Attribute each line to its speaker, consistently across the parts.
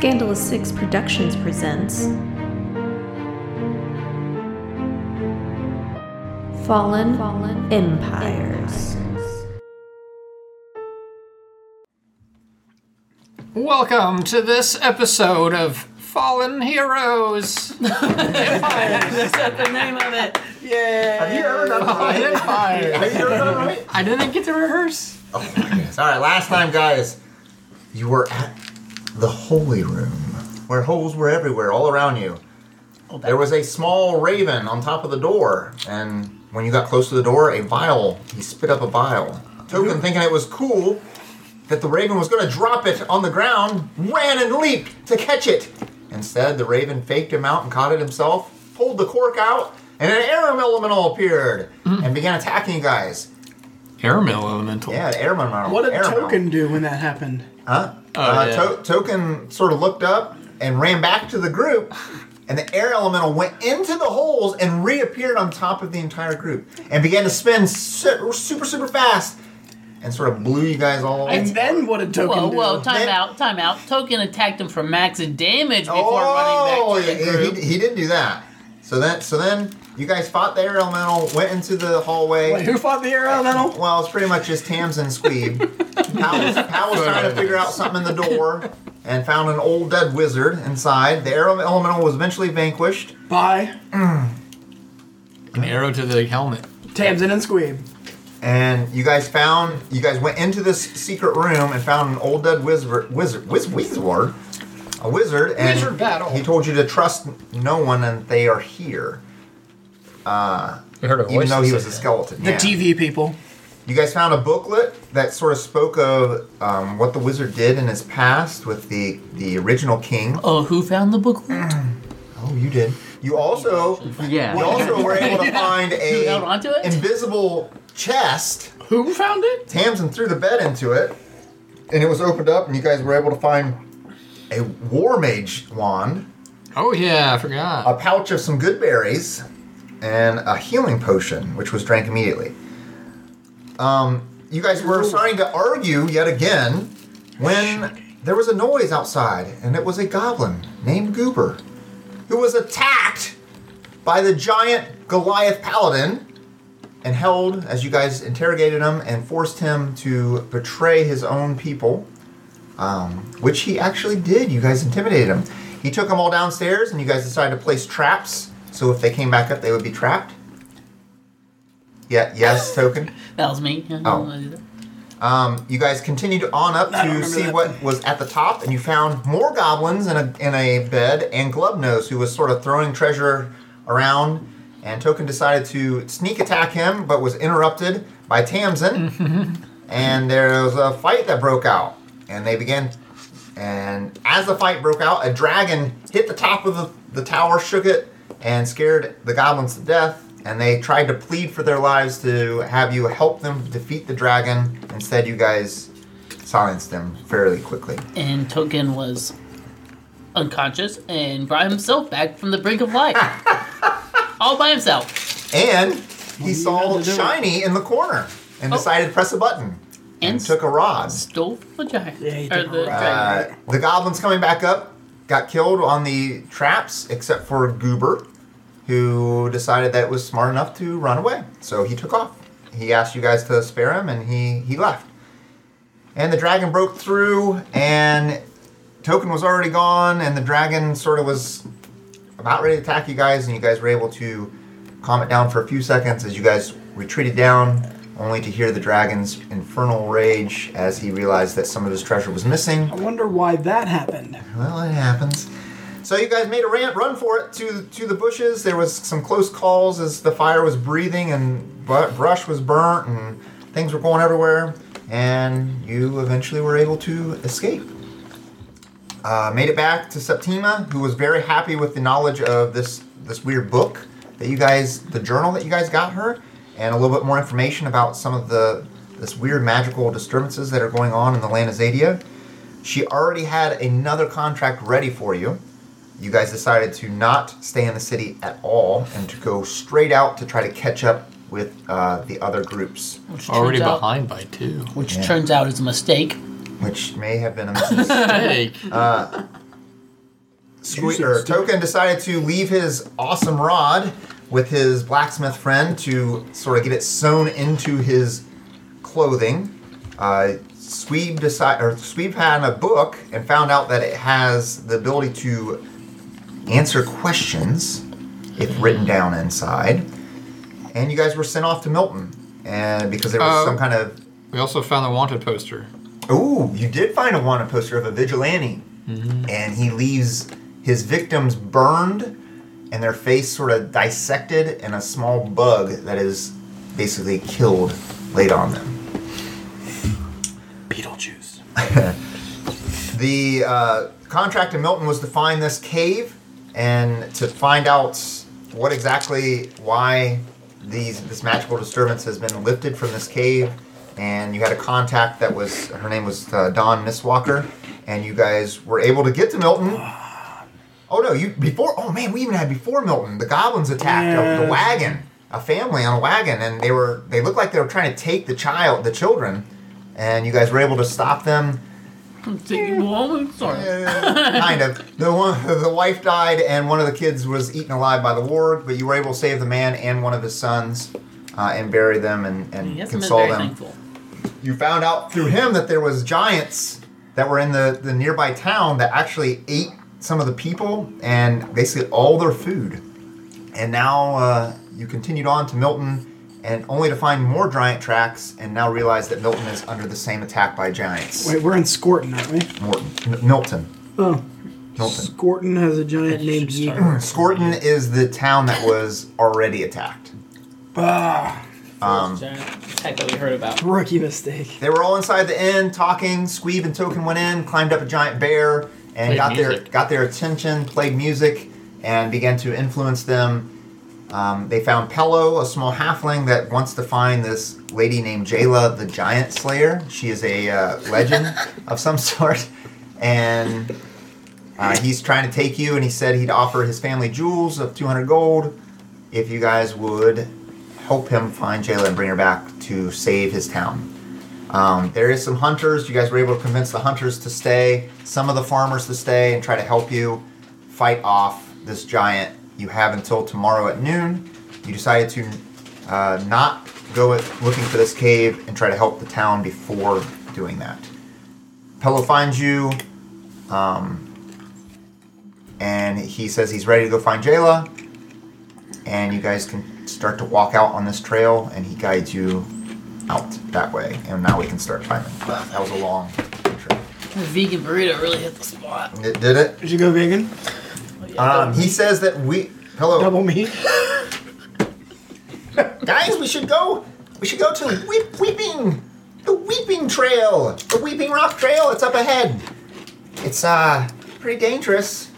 Speaker 1: Gorilla 6 Productions presents Fallen, Fallen Empires.
Speaker 2: Welcome to this episode of Fallen Heroes.
Speaker 3: Have you ever done that? Have you ever done that right?
Speaker 2: I didn't get to rehearse.
Speaker 3: Oh my goodness. All right, last time, guys, you were at the holy room where holes were everywhere, all around you. There was a small raven on top of the door, and when you got close to the door, a vial, he spit up a vial. Token, thinking it was cool that the raven was going to drop it on the ground, ran and leaped to catch it. Instead, the raven faked him out and caught it himself, pulled the cork out, and an arum elemental appeared and began attacking you guys.
Speaker 2: Airmail Elemental.
Speaker 3: Yeah, the airman model.
Speaker 4: What did
Speaker 3: Airman.
Speaker 4: Token do when that happened?
Speaker 3: Huh?
Speaker 5: Oh,
Speaker 3: uh, to- token sort of looked up and ran back to the group, and the air elemental went into the holes and reappeared on top of the entire group and began to spin su- super, super fast and sort of blew you guys all.
Speaker 4: And then what did Token
Speaker 5: Whoa,
Speaker 4: do?
Speaker 5: whoa, time
Speaker 3: Then-
Speaker 5: out, time out. Token attacked him for max damage before
Speaker 3: oh,
Speaker 5: running back to the
Speaker 3: yeah,
Speaker 5: group.
Speaker 3: he, he did do that. So then, so then you guys fought the air elemental, went into the hallway.
Speaker 4: Wait, who fought the air elemental?
Speaker 3: Well, it's pretty much just Tams and Squeeb. Pal was, Pal was trying to figure out something in the door and found an old dead wizard inside. The arrow elemental was eventually vanquished.
Speaker 4: By
Speaker 2: Mm. An arrow to the helmet.
Speaker 4: Tamsin and Squeeb.
Speaker 3: And you guys found, you guys went into this secret room and found an old dead wizard, wizard, wiz, wizard, a wizard, and
Speaker 4: Wizard battle.
Speaker 3: he told you to trust no one and they are here, Uh,
Speaker 6: I heard a voice.
Speaker 3: even though he
Speaker 6: that
Speaker 3: was a
Speaker 6: said
Speaker 3: skeleton.
Speaker 4: The
Speaker 3: yeah.
Speaker 4: TV people.
Speaker 3: You guys found a booklet that sort of spoke of um, what the wizard did in his past with the the original king.
Speaker 5: Oh, who found the book?
Speaker 3: Oh, you did. You also,
Speaker 5: Yeah.
Speaker 3: you also were able to find
Speaker 5: You held
Speaker 3: a
Speaker 5: onto it?
Speaker 3: invisible chest.
Speaker 4: Who found it?
Speaker 3: Tamsin threw the bed into it, and it was opened up, and you guys were able to find a war mage wand,
Speaker 2: Oh yeah, I forgot.
Speaker 3: a pouch of some good berries, and a healing potion, which was drank immediately. Um, you guys were starting to argue yet again when there was a noise outside, and it was a goblin named Goober who was attacked by the giant Goliath paladin and held as you guys interrogated him and forced him to betray his own people, um, which he actually did. You guys intimidated him. He took them all downstairs, and you guys decided to place traps. So if they came back up, they would be trapped. Yeah. Yes. Token.
Speaker 5: That was me.
Speaker 3: Oh. Um, you guys continued on up
Speaker 4: I don't
Speaker 3: to
Speaker 4: remember
Speaker 3: see
Speaker 4: that.
Speaker 3: what was at the top, and you found more goblins in a, in a bed and Glubnose, who was sort of throwing treasure around. And Token decided to sneak attack him, but was interrupted by Tamsin. and there was a fight that broke out, and they began. And as the fight broke out, a dragon hit the top of the, the tower, shook it, and scared the goblins to death. And they tried to plead for their lives to have you help them defeat the dragon. Instead, you guys silenced them fairly quickly.
Speaker 5: And Token was unconscious and brought himself back from the brink of life. All by himself.
Speaker 3: And he saw
Speaker 4: to do it.
Speaker 3: Shiny in the corner and
Speaker 5: Oh.
Speaker 3: decided to press a button and,
Speaker 5: And
Speaker 3: took a rod.
Speaker 5: Stole the giant.
Speaker 4: Yeah, he
Speaker 5: or
Speaker 4: took a
Speaker 5: the
Speaker 4: ride.
Speaker 5: dragon.
Speaker 3: Uh, the goblins coming back up got killed on the traps, except for Goober, who decided that it was smart enough to run away. So he took off. He asked you guys to spare him, and he he left. And the dragon broke through, and Token was already gone, and the dragon sort of was about ready to attack you guys, and you guys were able to calm it down for a few seconds as you guys retreated down, only to hear the dragon's infernal rage as he realized that some of his treasure was missing.
Speaker 4: I wonder why that happened.
Speaker 3: Well, it happens. So you guys made a rant, run for it to to the bushes. There was some close calls as the fire was breathing and bu- brush was burnt and things were going everywhere. And you eventually were able to escape. Uh, made it back to Septima, who was very happy with the knowledge of this this weird book that you guys, the journal that you guys got her, and a little bit more information about some of the this weird magical disturbances that are going on in the land of Zadia. She already had another contract ready for you. You guys decided to not stay in the city at all and to go straight out to try to catch up with uh, the other groups,
Speaker 5: Which
Speaker 2: Already
Speaker 5: turns out-
Speaker 2: behind by two.
Speaker 5: Which turns out is a mistake.
Speaker 3: which may have been a mistake.
Speaker 2: Hey,
Speaker 3: Sque- or Token decided to leave his awesome rod with his blacksmith friend to sort of get it sewn into his clothing. Uh, Sweeb decide or Sweeb had a book and found out that it has the ability to answer questions if written down inside. And you guys were sent off to Milton, and because there was
Speaker 2: Uh,
Speaker 3: some kind of
Speaker 2: We also found the wanted poster.
Speaker 3: Ooh, you did find a wanted poster of a vigilante. And he leaves his victims burned and their face sort of dissected and a small bug that is basically killed laid on them.
Speaker 4: Beetlejuice.
Speaker 3: The uh, contract to Milton was to find this cave and to find out what exactly why these this magical disturbance has been lifted from this cave. And you had a contact that was her name was uh, Dawn Misswalker, and you guys were able to get to Milton. Oh no, you before. Oh man, we even had before Milton. The goblins attacked a,
Speaker 4: Yeah.
Speaker 3: the wagon, a family on a wagon, and they were they looked like they were trying to take the child, the children, and you guys were able to stop them.
Speaker 5: Take you home. I'm sorry.
Speaker 3: kind of. The one, the wife died, and one of the kids was eaten alive by the ward. But you were able to save the man and one of his sons, uh, and bury them and, and
Speaker 5: Yes, I'm
Speaker 3: console
Speaker 5: very
Speaker 3: them.
Speaker 5: thankful.
Speaker 3: You found out through him that there was giants that were in the the nearby town that actually ate some of the people and basically all their food. And now uh, you continued on to Milton. And only to find more giant tracks, and now realize that Milton is under the same attack by giants.
Speaker 4: Wait, we're in Scorton, aren't we?
Speaker 3: Morton, M- Milton,
Speaker 4: Oh.
Speaker 3: Milton.
Speaker 4: Scorton has a giant named Yeager.
Speaker 3: Scorton is the town that was already attacked.
Speaker 4: Ah,
Speaker 5: Um, attack that we heard about.
Speaker 4: rookie mistake.
Speaker 3: They were all inside the inn talking. Squeeb and Token went in, climbed up a giant bear, and
Speaker 2: Played
Speaker 3: got their
Speaker 2: music.
Speaker 3: got their attention. Played music and began to influence them. Um, they found Pello, a small halfling that wants to find this lady named Jayla, the Giant Slayer. She is a uh, legend of some sort, and uh, he's trying to take you. And he said he'd offer his family jewels of 200 gold if you guys would help him find Jayla and bring her back to save his town. Um, there is some hunters. You guys were able to convince the hunters to stay, some of the farmers to stay, and try to help you fight off this giant. You have until tomorrow at noon. You decided to uh, not go at looking for this cave and try to help the town before doing that. Pello finds you, um, and he says he's ready to go find Jayla. And you guys can start to walk out on this trail, and he guides you out that way, and now we can start climbing. Wow, that was a long intro.
Speaker 5: The vegan burrito really hit the spot.
Speaker 3: It did it.
Speaker 4: Did you go vegan?
Speaker 3: Um, he says that we, hello,
Speaker 4: Double meat?
Speaker 3: guys, we should go. We should go to Weep, Weeping, the Weeping Trail, the Weeping Rock Trail. It's up ahead. It's uh pretty dangerous.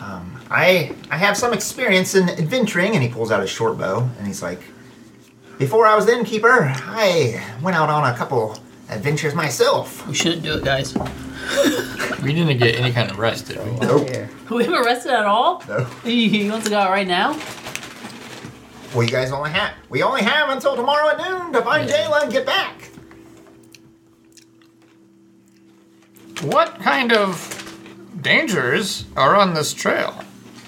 Speaker 3: Um, I I have some experience in adventuring, and he pulls out his short bow, and he's like, "Before I was the innkeeper, I went out on a couple adventures myself."
Speaker 5: We shouldn't do it, guys.
Speaker 2: We didn't get any kind of rest, did we?
Speaker 3: Nope.
Speaker 5: We haven't rested at all.
Speaker 3: No.
Speaker 5: He wants to go out right now.
Speaker 3: Well, you guys only have we only have until tomorrow at noon to find Jayla and get back.
Speaker 2: What kind of dangers are on this trail?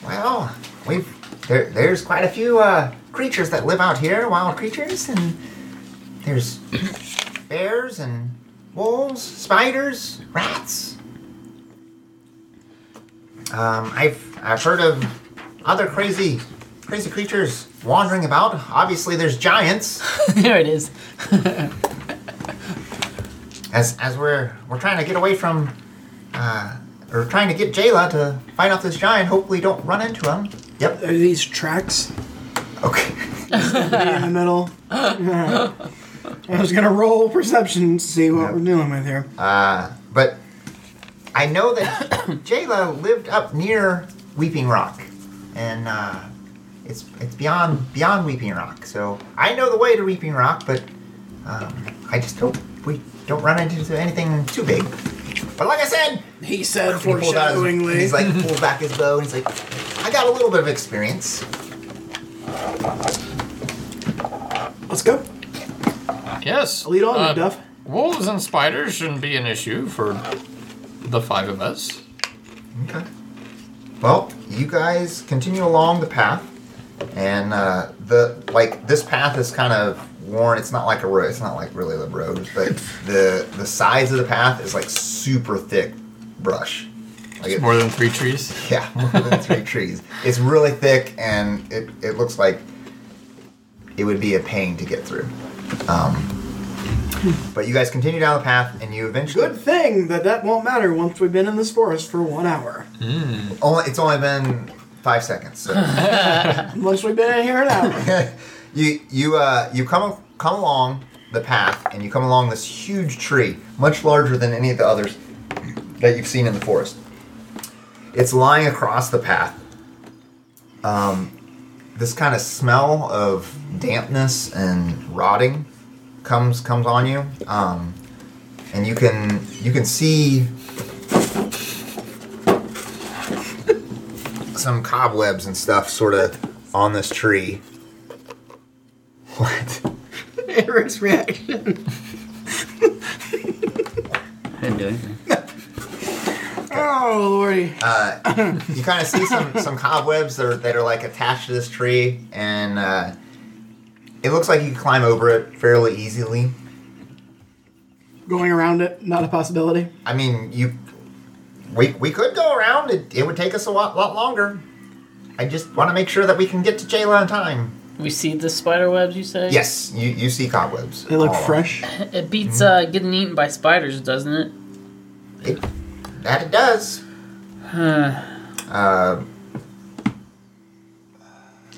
Speaker 3: Well, we've there, there's quite a few uh, creatures that live out here, wild creatures, and there's bears and wolves, spiders, rats. Um, I've I've heard of other crazy crazy creatures wandering about. Obviously, there's giants.
Speaker 5: there it is.
Speaker 3: as as we're we're trying to get away from uh or trying to get Jayla to fight off this giant, hopefully don't run into him. Yep.
Speaker 4: Are these tracks?
Speaker 3: Okay.
Speaker 4: Be in the middle? Alright. I was gonna roll perception to see what we're dealing with here.
Speaker 3: Uh but I know that Jayla lived up near Weeping Rock. And uh it's it's beyond beyond Weeping Rock. So I know the way to Weeping Rock, but um I just hope we don't run into anything too big. But like I said,
Speaker 4: He said
Speaker 3: He pulled out his-
Speaker 4: foreshadowingly.
Speaker 3: he's like pulled back his bow and he's like, I got a little bit of experience.
Speaker 4: Let's go.
Speaker 2: Yes.
Speaker 4: Lead on,
Speaker 2: uh,
Speaker 4: Duff.
Speaker 2: Wolves and spiders shouldn't be an issue for the five of us.
Speaker 3: Okay. Well, you guys continue along the path, and uh, the like. This path is kind of worn. It's not like a road. It's not like really the road, but the the sides of the path is like super thick brush. Like it-
Speaker 2: More than three trees.
Speaker 3: yeah, more than three trees. It's really thick, and it, it looks like it would be a pain to get through. Um, but you guys continue down the path, and you eventually.
Speaker 4: Good thing that that won't matter once we've been in this forest for one hour.
Speaker 3: Only, it's only been five seconds. So
Speaker 4: Once we've been in here an hour.
Speaker 3: you you uh, you come come along the path, and you come along this huge tree, much larger than any of the others that you've seen in the forest. It's lying across the path. Um, this kind of smell of dampness and rotting comes comes on you, um, and you can you can see some cobwebs and stuff sort of on this tree. What?
Speaker 4: Eric's reaction.
Speaker 5: I didn't do anything.
Speaker 4: Oh lordy.
Speaker 3: you kind of see some some cobwebs that are, that are like attached to this tree, and uh, it looks like you can climb over it fairly easily.
Speaker 4: Going around it, not a possibility.
Speaker 3: I mean, you we we could go around. It, it would take us a lot lot longer. I just want to make sure that we can get to Jayla on time.
Speaker 5: We see the spider webs, you say?
Speaker 3: Yes, you you see cobwebs.
Speaker 4: They look
Speaker 3: all along.
Speaker 4: fresh.
Speaker 5: It beats uh, getting eaten by spiders, doesn't it?
Speaker 3: It, that it does. Uh,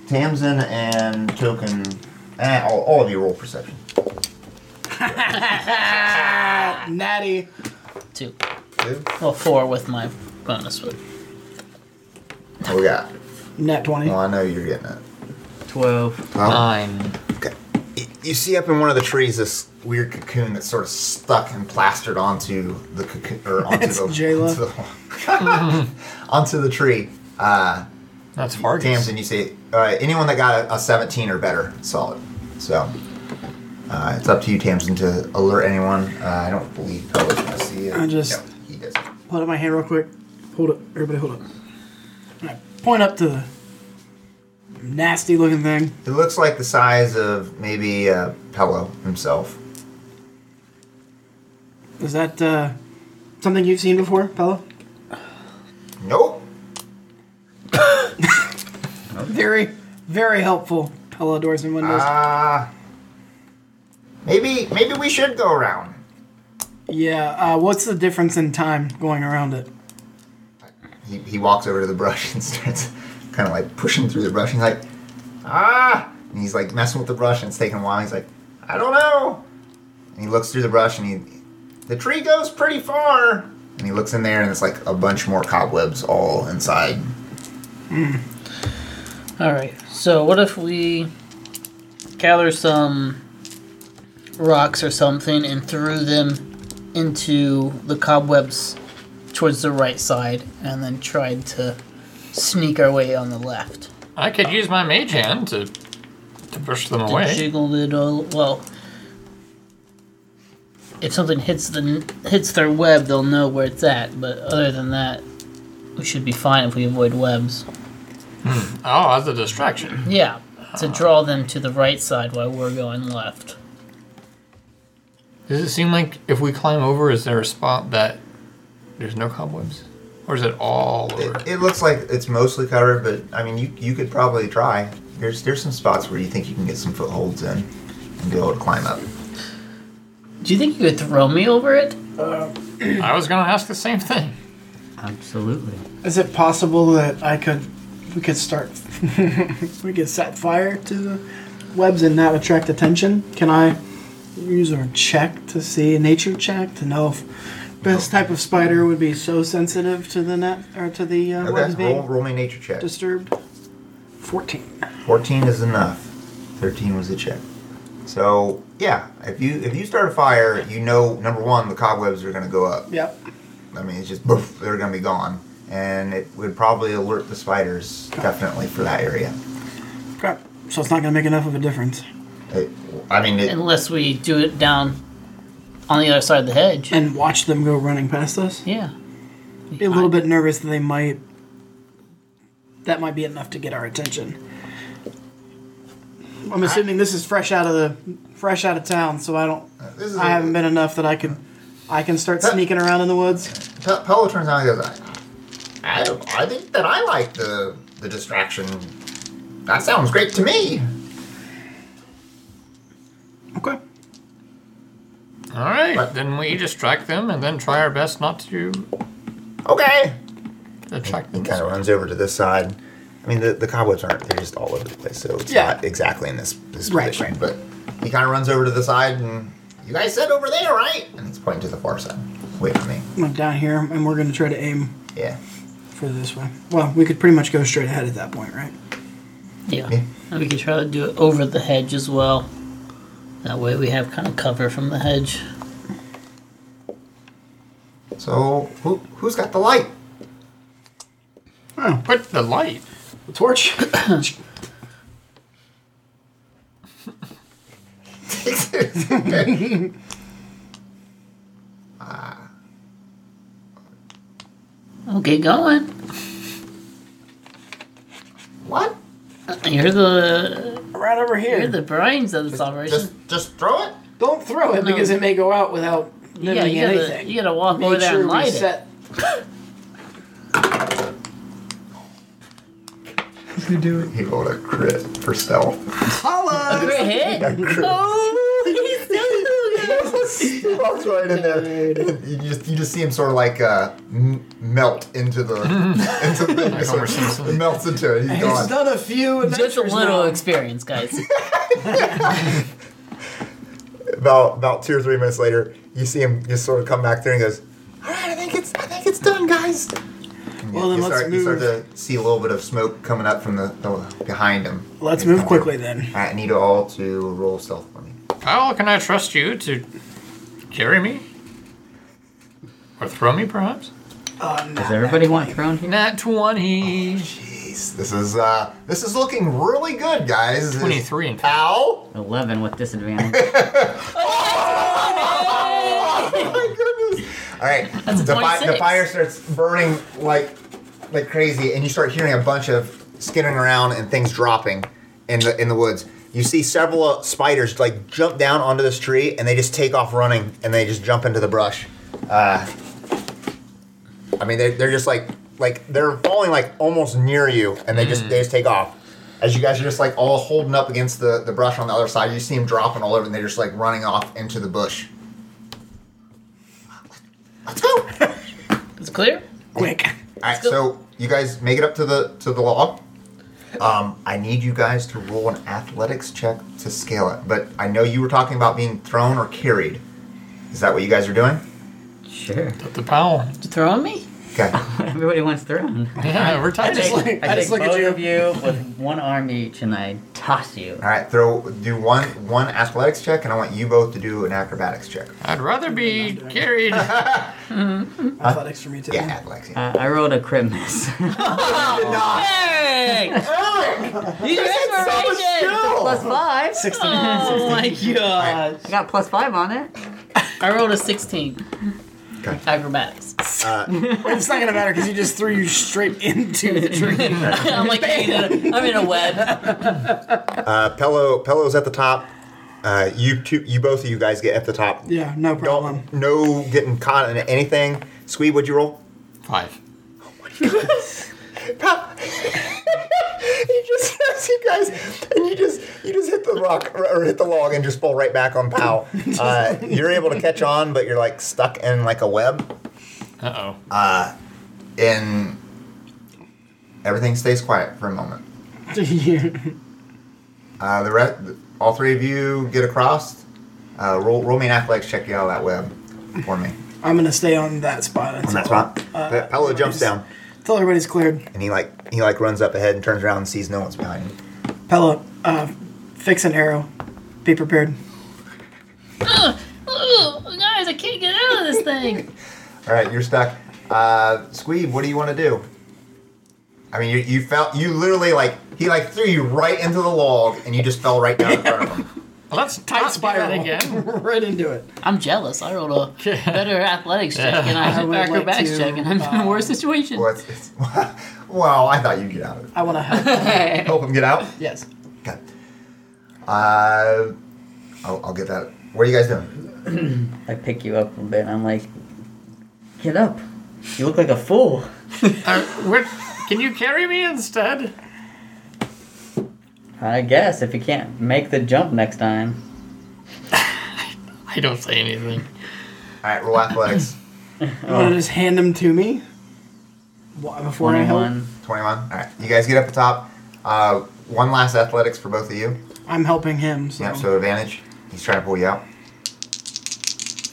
Speaker 3: Tamsin and Token, eh, all, all of you roll perception.
Speaker 4: Natty.
Speaker 5: Two.
Speaker 3: Two.
Speaker 5: Well, four with my bonus one.
Speaker 3: What we got?
Speaker 4: Nat 20.
Speaker 3: Well, I know you're getting it.
Speaker 6: Twelve.
Speaker 3: Wow.
Speaker 2: Uh,
Speaker 6: Nine.
Speaker 3: Okay. Y- You see up in one of the trees this weird cocoon that's sort of stuck and plastered onto the cocoon or onto
Speaker 4: It's
Speaker 3: the
Speaker 4: Jayla.
Speaker 3: onto the, onto the tree. Uh,
Speaker 2: That's hard.
Speaker 3: Tamsin, you see uh, anyone that got a, a 17 or better, solid. So uh, it's up to you, Tamsin, to alert anyone. Uh, I don't believe Colo's gonna see it.
Speaker 4: I just-
Speaker 3: No, he does.
Speaker 4: Hold up my hand real quick. Hold up. Everybody hold up. I point up to the nasty looking thing.
Speaker 3: It looks like the size of maybe uh, Pello himself.
Speaker 4: Is that uh, something you've seen before, Pello?
Speaker 3: Nope.
Speaker 4: Very, very helpful. Hello, doors and windows.
Speaker 3: Uh, maybe maybe we should go around.
Speaker 4: yeah. Uh, what's the difference in time going around it?
Speaker 3: He, he walks over to the brush and starts kind of like pushing through the brush. He's like, ah, and he's like messing with the brush and it's taking a while. He's like, I don't know. And he looks through the brush and he, the tree goes pretty far. And he looks in there and it's like a bunch more cobwebs all inside.
Speaker 5: All right. So what if we gather some rocks or something and threw them into the cobwebs towards the right side, and then tried to sneak our way on the left?
Speaker 2: I could use my mage hand to to push them
Speaker 5: to
Speaker 2: away.
Speaker 5: jiggle it all. Well, if something hits the hits their web, they'll know where it's at. But other than that, we should be fine if we avoid webs.
Speaker 2: Oh, as a distraction.
Speaker 5: Yeah, to draw them to the right side while we're going left.
Speaker 2: Does it seem like if we climb over, is there a spot that there's no cobwebs, or is it all over?
Speaker 3: It, it looks like it's mostly covered, but I mean, you, you could probably try. There's there's some spots where you think you can get some footholds in and be able to climb up.
Speaker 5: Do you think you could throw me over it?
Speaker 2: I was gonna ask the same thing.
Speaker 6: Absolutely.
Speaker 4: Is it possible that I could, we could start, we could set fire to the webs and not attract attention? Can I use a check to see a nature check to know if this type of spider would be so sensitive to the net or to the uh,
Speaker 3: Okay,
Speaker 4: webs
Speaker 3: roll,
Speaker 4: being
Speaker 3: roll me a nature check.
Speaker 4: disturbed? Fourteen.
Speaker 3: 14 is enough. 13 was a check. So yeah, if you if you start a fire, you know number one the cobwebs are going to go up.
Speaker 4: Yep.
Speaker 3: I mean it's just poof, they're going to be gone, and it would probably alert the spiders definitely for that area.
Speaker 4: Crap. So it's not gonna make enough of a difference.
Speaker 3: It, I mean it,
Speaker 5: Unless we do it down on the other side of the hedge.
Speaker 4: And watch them go running past us.
Speaker 5: Yeah.
Speaker 4: Be a little bit nervous that they might that might be enough to get our attention. I'm assuming this is fresh out of the fresh out of town, so I don't.
Speaker 3: This is
Speaker 4: I
Speaker 3: a-
Speaker 4: haven't been enough that I could. I can start sneaking around in the woods.
Speaker 3: Pe- Pella turns around and goes, I, I, I think that I like the the distraction. That sounds great to me.
Speaker 4: Okay.
Speaker 2: All right,
Speaker 3: But-
Speaker 2: then we distract them and then try our best not to
Speaker 3: Okay.
Speaker 2: attract
Speaker 3: He
Speaker 2: them.
Speaker 3: kind of runs over to this side. I mean, the, the cobwebs aren't, they're just all over the place, so it's
Speaker 4: Yeah.
Speaker 3: not exactly in this, this
Speaker 4: Right,
Speaker 3: position.
Speaker 4: right.
Speaker 3: But he kind of runs over to the side and, you guys said over there, right? And he's pointing to the far side. Wait for me.
Speaker 4: I'm down here, and we're gonna try to aim
Speaker 3: Yeah.
Speaker 4: for this way. Well, we could pretty much go straight ahead at that point, right?
Speaker 5: Yeah.
Speaker 3: Yeah.
Speaker 5: And we could try to do it over the hedge as well. That way we have kind of cover from the hedge.
Speaker 3: So, who, who's got the light?
Speaker 2: Put the light.
Speaker 4: The torch.
Speaker 5: Oh, get going.
Speaker 3: what?
Speaker 5: Uh, You're the
Speaker 4: right over
Speaker 5: you're
Speaker 4: here.
Speaker 5: the brains of this operation.
Speaker 3: Just just throw it?
Speaker 4: Don't throw it because it may go out without nipping
Speaker 5: yeah, you gotta,
Speaker 4: anything.
Speaker 5: you gotta walk
Speaker 4: Make
Speaker 5: over there
Speaker 4: sure
Speaker 5: and
Speaker 4: we
Speaker 5: light it.
Speaker 4: set.
Speaker 3: You do it. He rolled a crit for stealth.
Speaker 4: Holla!
Speaker 5: Great hit. oh, he's still doing it.
Speaker 3: Walks right in there. You just you just see him sort of like uh, m- melt into the into the
Speaker 2: Like Homer Simpson.
Speaker 3: It melts into it. He's
Speaker 4: He's
Speaker 3: gone.
Speaker 4: done a
Speaker 5: Just
Speaker 4: few
Speaker 5: a
Speaker 4: adventures
Speaker 5: little
Speaker 4: now.
Speaker 5: experience, guys.
Speaker 3: About about two or three minutes later, you see him just sort of come back there and goes, "All right, I think it's I think it's done, guys." And
Speaker 4: Well, then
Speaker 3: you
Speaker 4: let's
Speaker 3: start, You start
Speaker 4: move.
Speaker 3: to see a little bit of smoke coming up from the, the behind him.
Speaker 4: Let's
Speaker 3: He's
Speaker 4: move
Speaker 3: coming.
Speaker 4: quickly then.
Speaker 3: All right, I need you all to roll stealth for me.
Speaker 2: Kyle, can I trust you to carry me? Or throw me, perhaps?
Speaker 4: Oh,
Speaker 6: Does everybody want thrown here?
Speaker 2: Nat 20.
Speaker 3: Jeez, this is uh this is looking really good, guys.
Speaker 2: 23 and
Speaker 3: Ow!
Speaker 6: 11 with disadvantage.
Speaker 3: my goodness. All right.
Speaker 5: That's
Speaker 3: the, fi-
Speaker 5: 26.
Speaker 3: the fire starts burning like like crazy, and you start hearing a bunch of skittering around and things dropping in the in the woods. You see several uh, spiders like jump down onto this tree, and they just take off running, and they just jump into the brush. Uh, I mean, they're, they're just like like they're falling like almost near you, and they just they just take off. As you guys are just like all holding up against the, the brush on the other side, you see them dropping all over, and they're just like running off into the bush. Let's go. All
Speaker 5: It's clear.
Speaker 4: Quick.
Speaker 3: right, so you guys make it up to the to the log. Um, I need you guys to roll an athletics check to scale it. But I know you were talking about being thrown or carried. Is that what you guys are doing?
Speaker 6: Sure.
Speaker 2: Put the pal.
Speaker 5: You throwing me?
Speaker 3: Okay.
Speaker 6: Everybody wants thrown.
Speaker 2: Yeah, we're tight.
Speaker 4: just like- I
Speaker 6: I
Speaker 4: just
Speaker 6: take
Speaker 4: look at
Speaker 6: both
Speaker 4: you.
Speaker 6: of you with one arm each and I toss you.
Speaker 3: All right. Throw do one one athletics check, and I want you both to do an acrobatics check.
Speaker 2: I'd rather be carried.
Speaker 4: Athletics for me too.
Speaker 3: Yeah, athletics. Yeah.
Speaker 6: Uh, I rolled a crit miss.
Speaker 5: Hey! Oh, you did inspiration!
Speaker 6: plus five.
Speaker 4: 16.
Speaker 5: Oh my gosh.
Speaker 6: I got plus five on it.
Speaker 5: I rolled a 16.
Speaker 3: Okay.
Speaker 5: Acrobatics.
Speaker 4: It's not gonna matter because you just threw you straight into the tree.
Speaker 5: I'm like, I'm in a- I'm in a web.
Speaker 3: Uh, Pello Pello's at the top. Uh, you two, you both of you guys get at the top.
Speaker 4: yeah, no problem.
Speaker 3: Don't no getting caught in anything. Squeeb, what'd you roll?
Speaker 2: Five.
Speaker 3: he just says you guys, and you just you just hit the rock or hit the log and just fall right back on Pow. Uh, you're able to catch on, but you're like stuck in like a web,
Speaker 2: Uh oh.
Speaker 3: and everything stays quiet for a moment. Uh, the rest, all three of you get across. Uh, roll, roll me an athletics check you out of that web for me.
Speaker 4: I'm gonna stay on that spot until,
Speaker 3: On that spot, uh, Paolo jumps down
Speaker 4: until everybody's cleared.
Speaker 3: and he like he like runs up ahead and turns around and sees no one's behind him.
Speaker 4: Pella, uh, fix an arrow. Be prepared.
Speaker 5: Ooh, guys, I can't get out of this thing.
Speaker 3: All right, you're stuck. Uh, Squeeb, what do you want to do? I mean, you, you felt you literally like he like threw you right into the log, and you just fell right down in front of him.
Speaker 2: Let's
Speaker 4: Tight
Speaker 2: tight spiral
Speaker 4: spiral.
Speaker 2: again.
Speaker 4: right into it.
Speaker 5: I'm jealous. I rolled a better athletics check and I
Speaker 4: I
Speaker 5: had
Speaker 4: would
Speaker 5: an
Speaker 4: like
Speaker 5: acrobatics
Speaker 4: to,
Speaker 5: check, and I'm in a worse situation.
Speaker 3: Well, it's, it's, well, I thought you'd get out of it.
Speaker 4: I want to help.
Speaker 3: Help him get out.
Speaker 4: yes.
Speaker 3: Okay. Uh, I'll, I'll get that. What are you guys doing?
Speaker 6: I pick you up a bit. I'm like, get up. You look like a fool.
Speaker 2: Uh, where, can you carry me instead?
Speaker 6: I guess if you can't make the jump next time.
Speaker 2: I don't say anything.
Speaker 3: All right, roll athletics.
Speaker 4: You
Speaker 3: Oh.
Speaker 4: want to just hand them to me? Wha- Before I help?
Speaker 6: 21.
Speaker 3: 21. All right, you guys get up the top. Uh, one last athletics for both of you.
Speaker 4: I'm helping him, so.
Speaker 3: Yeah, so advantage. He's trying to pull you out.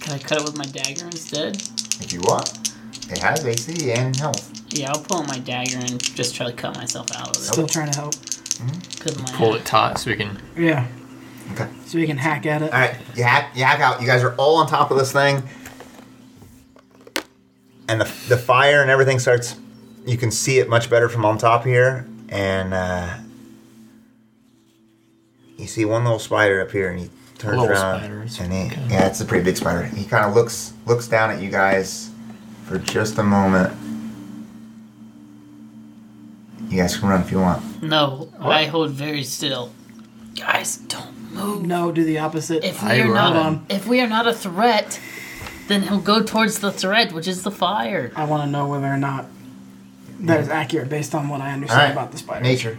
Speaker 5: Can I cut it with my dagger instead?
Speaker 3: If you want. It has AC and health.
Speaker 5: Yeah, I'll pull out my dagger and just try to cut myself out of it.
Speaker 4: Still trying to help.
Speaker 5: Because my
Speaker 2: Pull it taut so we can.
Speaker 4: Yeah.
Speaker 3: Okay.
Speaker 4: So we can hack at it.
Speaker 3: All right, you hack, you hack out. You guys are all on top of this thing, and the, the fire and everything starts. You can see it much better from on top here, and uh, you see one little spider up here, and he turns
Speaker 2: Little
Speaker 3: around,
Speaker 2: spiders,
Speaker 3: and he,
Speaker 2: okay.
Speaker 3: yeah, it's a pretty big spider. He kind of looks looks down at you guys for just a moment. You guys can run if you want.
Speaker 5: No, I hold very still. Guys, don't move.
Speaker 4: No, do the opposite.
Speaker 5: If
Speaker 2: I
Speaker 5: we are not
Speaker 2: run.
Speaker 5: if we are not a threat, then he'll go towards the threat, which is the fire.
Speaker 4: I want to know whether or not that is accurate based on what I
Speaker 3: All
Speaker 4: understand
Speaker 3: right,
Speaker 4: about the spider.
Speaker 3: nature.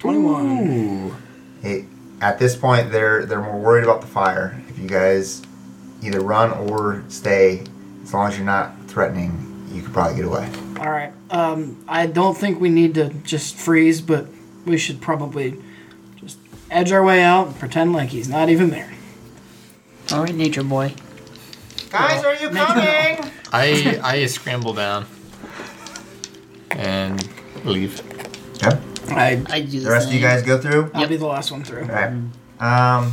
Speaker 4: 21.
Speaker 3: It, at this point, they're they're more worried about the fire. If you guys either run or stay, as long as you're not threatening, you could probably get away.
Speaker 4: All right. Um, I don't think we need to just freeze, but we should probably just edge our way out and pretend like he's not even there.
Speaker 5: All right, nature boy.
Speaker 3: Guys, are you coming?
Speaker 2: I I scramble down and leave.
Speaker 3: Yep.
Speaker 4: I,
Speaker 5: I do
Speaker 3: The rest of you guys go through.
Speaker 4: I'll be the last one through.
Speaker 3: All right. Um,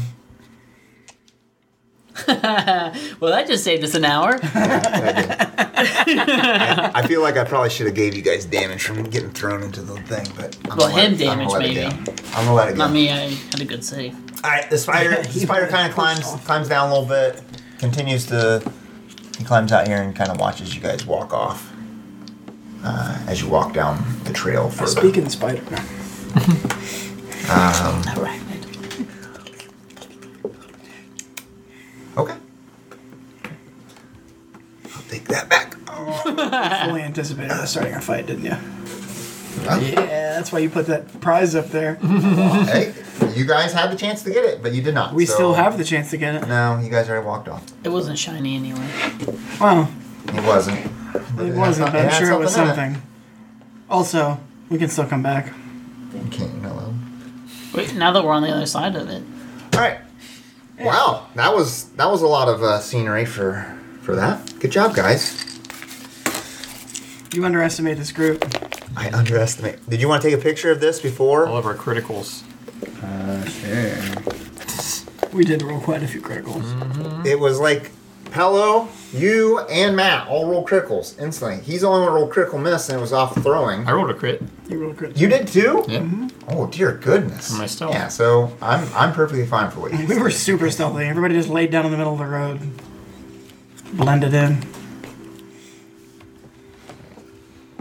Speaker 5: Well, that just saved us an hour.
Speaker 3: I I feel like I probably should have gave you guys damage from getting thrown into the thing, but I'm
Speaker 5: Well,
Speaker 3: gonna let-
Speaker 5: him
Speaker 3: I'm gonna
Speaker 5: damage,
Speaker 3: let it
Speaker 5: maybe.
Speaker 3: go. I'm gonna let it go.
Speaker 5: Not me. I had a good save.
Speaker 3: All right, the spider the spider kind of climbs climbs down a little bit, continues to he climbs out here and kind of watches you guys walk off uh, as you walk down the trail further.
Speaker 4: Speaking of spider,
Speaker 5: All right. man.
Speaker 3: Okay, I'll take that back.
Speaker 4: fully anticipated us starting our fight, didn't you? Yeah, that's why you put that prize up there.
Speaker 3: hey, you guys had the chance to get it, but you did not.
Speaker 4: We
Speaker 3: so-
Speaker 4: still have the chance to get it.
Speaker 3: No, you guys already walked off.
Speaker 5: It wasn't shiny anyway.
Speaker 4: Well,
Speaker 3: It wasn't.
Speaker 4: it wasn't, but
Speaker 3: It
Speaker 4: I'm
Speaker 3: had
Speaker 4: sure it was
Speaker 3: something in
Speaker 4: something. Also, we can still come back.
Speaker 3: You can't, you know.
Speaker 5: Wait, now that we're on the other side of it,
Speaker 3: All right. Wow, that was that was a lot of uh, scenery for for that. Good job, guys.
Speaker 4: You underestimate this group.
Speaker 3: I underestimate. Did you want to take a picture of this before?
Speaker 5: Oh.
Speaker 2: All of our criticals.
Speaker 6: Uh, sure.
Speaker 4: We did roll quite a few criticals.
Speaker 3: It was like Pello, you, and Matt all rolled criticals instantly. He's the only one who rolled critical miss, and it was off throwing.
Speaker 2: I rolled a crit.
Speaker 4: You rolled critical.
Speaker 3: You did too.
Speaker 2: Yeah.
Speaker 3: Oh dear goodness.
Speaker 2: my stealth.
Speaker 3: Yeah. So I'm I'm perfectly fine for what you.
Speaker 4: We were super stealthy. Everybody just laid down in the middle of the road, blended in.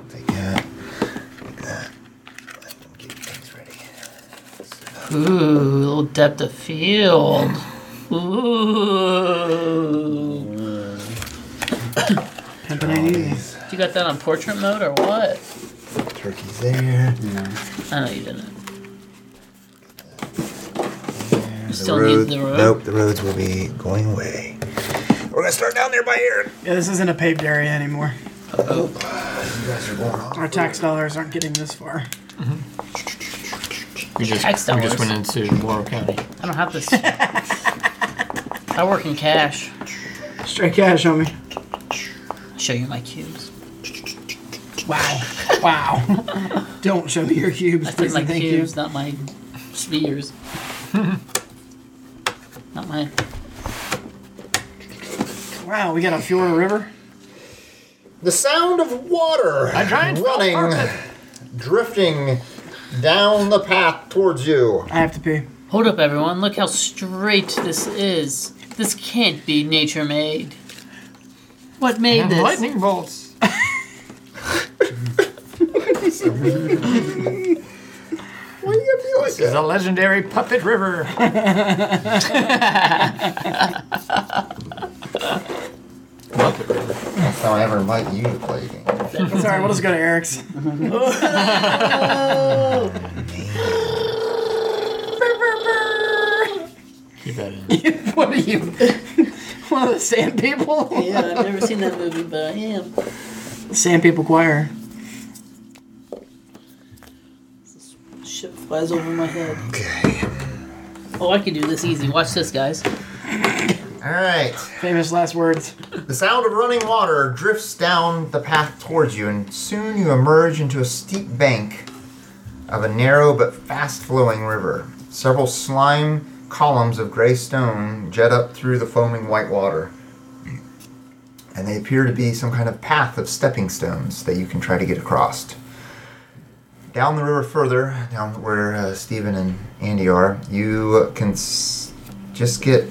Speaker 3: Take that. Take that. Let them get things ready.
Speaker 5: ooh, little depth of field. Ooh,
Speaker 4: Pimping ain't easy.
Speaker 5: you got that on portrait mode or what?
Speaker 3: Turkey's there.
Speaker 5: I know you didn't.
Speaker 3: You
Speaker 5: still need the road?
Speaker 3: Nope, the roads will be going away. We're gonna start down there by Aaron.
Speaker 4: Yeah, this isn't a paved area anymore.
Speaker 3: You guys are going off.
Speaker 4: Our tax dollars aren't getting this far.
Speaker 2: We just
Speaker 5: Tax
Speaker 2: we just
Speaker 5: dollars.
Speaker 2: went into Morrow County.
Speaker 5: I don't have this. I work in cash.
Speaker 4: Straight cash, homie.
Speaker 5: Show you my cubes.
Speaker 4: Wow. Wow. Don't show me your cubes,
Speaker 5: I said
Speaker 4: please.
Speaker 5: my
Speaker 4: and Thank
Speaker 5: cubes, not my spheres. not my.
Speaker 4: you. Wow, we got a Fiora River.
Speaker 3: The sound of water
Speaker 2: A giant
Speaker 3: running, drifting down the path towards you.
Speaker 4: I have to pee.
Speaker 5: Hold up, everyone. Look how straight this is. This can't be nature made. What made
Speaker 2: And
Speaker 5: this?
Speaker 2: lightning bolts.
Speaker 3: Why you gotta be like
Speaker 2: This is
Speaker 3: that?
Speaker 2: a legendary puppet river.
Speaker 3: That's how I ever invite you to play a game.
Speaker 4: That's all right. We'll just go to Eric's.
Speaker 2: Keep that in.
Speaker 4: what are you? One of the sand people?
Speaker 5: yeah, I've never seen that movie, but I am.
Speaker 4: Sand people choir.
Speaker 5: Shit flies over my head.
Speaker 3: Okay.
Speaker 5: Oh, I can do this easy. Watch this, guys.
Speaker 3: All right.
Speaker 4: Famous last words.
Speaker 3: The sound of running water drifts down the path towards you, and soon you emerge into a steep bank of a narrow but fast flowing river. Several slime columns of gray stone jet up through the foaming white water, and they appear to be some kind of path of stepping stones that you can try to get across. Down the river further, down where uh, Stephen and Andy are, you can s- just get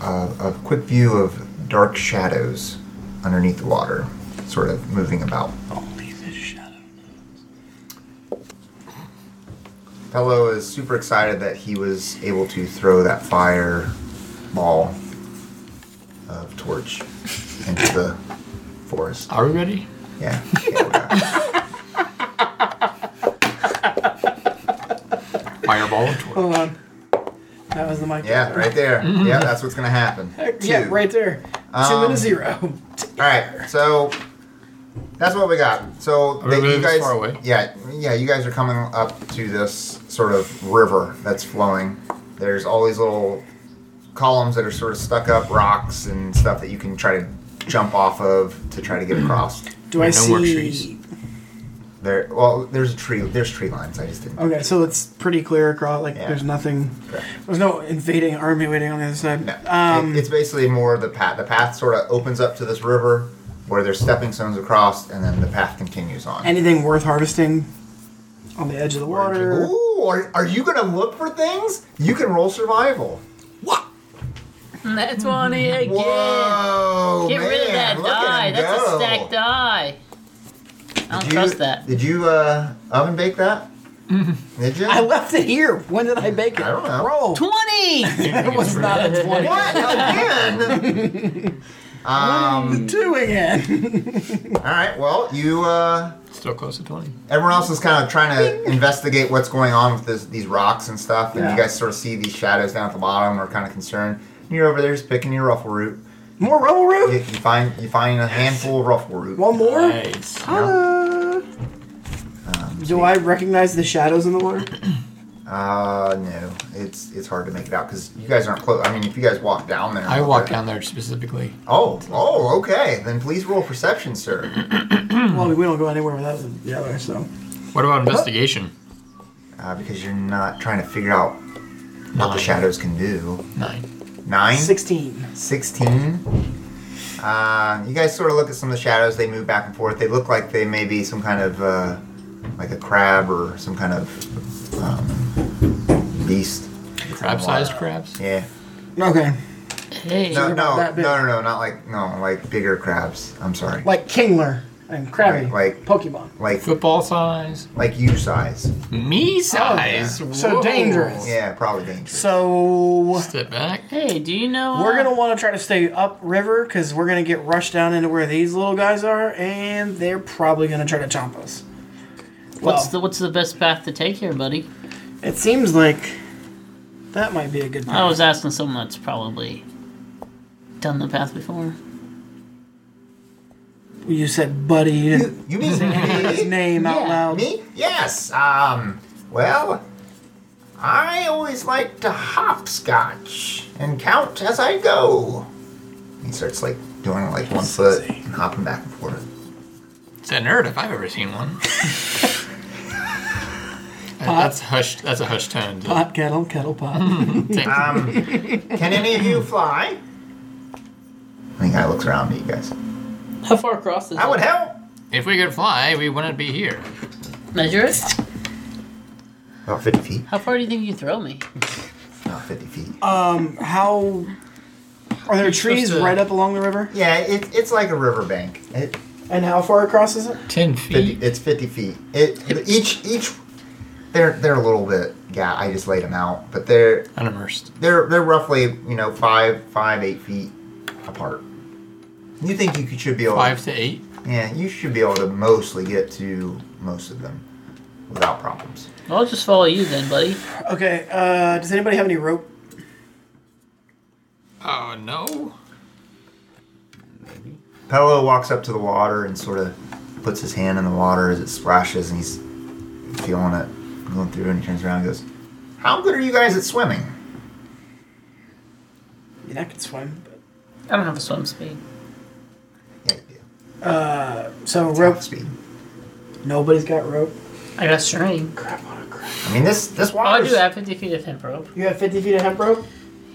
Speaker 3: a, a quick view of dark shadows underneath the water, sort of moving about. Fellow is super excited that he was able to throw that fire ball of torch into the forest.
Speaker 2: Are we ready?
Speaker 3: Yeah. yeah, we are.
Speaker 2: Fireball and torch.
Speaker 4: Hold on. That was the mic.
Speaker 3: Yeah, right there. Yeah, that's what's gonna happen.
Speaker 4: Yeah,
Speaker 3: Two.
Speaker 4: right there. Two and
Speaker 3: Um,
Speaker 4: a zero.
Speaker 3: All right, so that's what we got. So
Speaker 2: Are we really
Speaker 3: you
Speaker 2: this
Speaker 3: guys,
Speaker 2: far away?
Speaker 3: yeah, yeah, you guys are coming up to this sort of river that's flowing. There's all these little columns that are sort of stuck up, rocks and stuff that you can try to jump off of to try to get across.
Speaker 4: Do I
Speaker 2: No more
Speaker 4: see?
Speaker 2: trees.
Speaker 3: There, well, there's a tree. There's tree lines. I just didn't.
Speaker 4: Okay, so it's pretty clear across. Like,
Speaker 3: Yeah.
Speaker 4: there's nothing.
Speaker 3: Correct.
Speaker 4: There's no invading army waiting on the other side.
Speaker 3: No,
Speaker 4: Um,
Speaker 3: it- it's basically more the path. The path sort of opens up to this river where there's stepping stones across, and then the path continues on.
Speaker 4: anything worth harvesting on the edge of the water?
Speaker 3: Ooh, are, are you gonna look for things? You can roll survival.
Speaker 5: That 20 again.
Speaker 3: Whoa!
Speaker 5: Get
Speaker 3: Oh, man,
Speaker 5: rid of that
Speaker 3: look at
Speaker 5: die.
Speaker 3: him
Speaker 5: That's
Speaker 3: go.
Speaker 5: a stacked die. I don't
Speaker 3: Did you-
Speaker 5: trust that.
Speaker 3: Did you uh, oven bake that? did you?
Speaker 4: I left it here. When did I bake it?
Speaker 3: I don't know.
Speaker 4: Roll.
Speaker 5: 20!
Speaker 4: It was not a twenty.
Speaker 3: what again? um.
Speaker 4: Two again.
Speaker 3: All right. Well, you. Uh,
Speaker 2: Still close to 20.
Speaker 3: everyone else is kind of trying to investigate what's going on with this, these rocks and stuff, and
Speaker 4: Yeah.
Speaker 3: you guys sort of see these shadows down at the bottom. We're kind of concerned. You're over there just picking your ruffle root.
Speaker 4: More rubble
Speaker 3: You, you
Speaker 4: root.
Speaker 3: find you find a handful of ruffle root.
Speaker 4: One more.
Speaker 2: Nice.
Speaker 4: Uh, Do I recognize the shadows in the water?
Speaker 3: Uh, no, it's it's hard to make it out because you guys aren't close. I mean, if you guys walk down there,
Speaker 2: I walked down there specifically.
Speaker 3: Oh, oh, okay. Then please roll perception, sir.
Speaker 4: well, we don't go anywhere without the other, so.
Speaker 2: What about investigation?
Speaker 3: Uh, because you're not trying to figure out what the
Speaker 2: Nine.
Speaker 3: shadows can do.
Speaker 2: Nine.
Speaker 3: Nine,
Speaker 4: 16.
Speaker 3: sixteen. Uh, you guys sort of look at some of the shadows. They move back and forth. They look like they may be some kind of uh, like a crab or some kind of um, beast.
Speaker 2: Crab-sized crabs?
Speaker 3: Yeah.
Speaker 4: Okay.
Speaker 5: Hey,
Speaker 3: No,
Speaker 4: about
Speaker 3: no, no,
Speaker 4: that big.
Speaker 3: no, no, not like no, like bigger crabs. I'm sorry.
Speaker 4: Like Kingler and Krabby.
Speaker 3: Like-
Speaker 4: Pokemon.
Speaker 3: Like
Speaker 2: Football size.
Speaker 3: like you size.
Speaker 2: Me size.
Speaker 4: So
Speaker 2: Whoa.
Speaker 4: dangerous.
Speaker 3: Yeah, probably dangerous.
Speaker 4: So.
Speaker 2: Step back.
Speaker 5: hey, do you know? uh,
Speaker 4: We're gonna want to try to stay upriver because we're gonna get rushed down into where these little guys are, and they're probably gonna try to chomp us.
Speaker 5: What's
Speaker 4: well,
Speaker 5: the what's the best path to take here, buddy?
Speaker 4: it seems like that might be a good.
Speaker 5: I was asking someone that's probably done the path before.
Speaker 4: You said, "Buddy," you didn't
Speaker 3: You mean
Speaker 4: say his
Speaker 3: me?
Speaker 4: name out
Speaker 5: Yeah,
Speaker 4: loud.
Speaker 3: Me? Yes. Um. Well, I always like to hopscotch and count as I go. He starts like doing it like one foot and hopping back and forth.
Speaker 2: It's a nerd if I've ever seen one. That's hushed. That's a hushed tone. to-
Speaker 4: Pot kettle, kettle
Speaker 5: Hmm.
Speaker 4: pot.
Speaker 2: Thanks.
Speaker 3: Um. can any of you fly? And the guy looks around at you guys.
Speaker 5: How far across is
Speaker 3: That would help.
Speaker 2: if we could fly, we wouldn't be here.
Speaker 5: Measure it.
Speaker 3: About 50 feet.
Speaker 5: How far do you think you throw me?
Speaker 3: About 50 feet.
Speaker 4: Um, how are there trees
Speaker 5: supposed to-
Speaker 4: right up along the river?
Speaker 3: Yeah, it, it's like a riverbank. It,
Speaker 4: And how far across is it?
Speaker 2: Ten
Speaker 3: 50,
Speaker 2: feet.
Speaker 3: it's 50 feet. It each each they're they're a little bit. Yeah, I just laid them out, but they're
Speaker 2: Unimmersed.
Speaker 3: they're they're roughly you know five five eight feet apart. You think you could, should be able?
Speaker 2: Five to eight.
Speaker 3: Yeah, you should be able to mostly get to most of them without problems.
Speaker 5: Well, I'll just follow you then, buddy.
Speaker 4: Okay. Uh, does anybody have any rope?
Speaker 2: Oh no.
Speaker 3: Pello walks up to the water and sort of puts his hand in the water as it splashes, and he's feeling it going through. And he turns around and goes, "How good are you guys at swimming?"
Speaker 4: I mean, I can swim. But,
Speaker 5: I don't have a swim speed.
Speaker 3: Yeah, you do.
Speaker 4: so
Speaker 3: It's
Speaker 4: rope.
Speaker 3: half speed.
Speaker 4: Nobody's got rope.
Speaker 5: I got string.
Speaker 4: Crap on a crap.
Speaker 3: I mean, this this
Speaker 5: Oh, I
Speaker 3: water.
Speaker 5: do have 50 feet of hemp rope.
Speaker 4: You have 50 feet of hemp rope.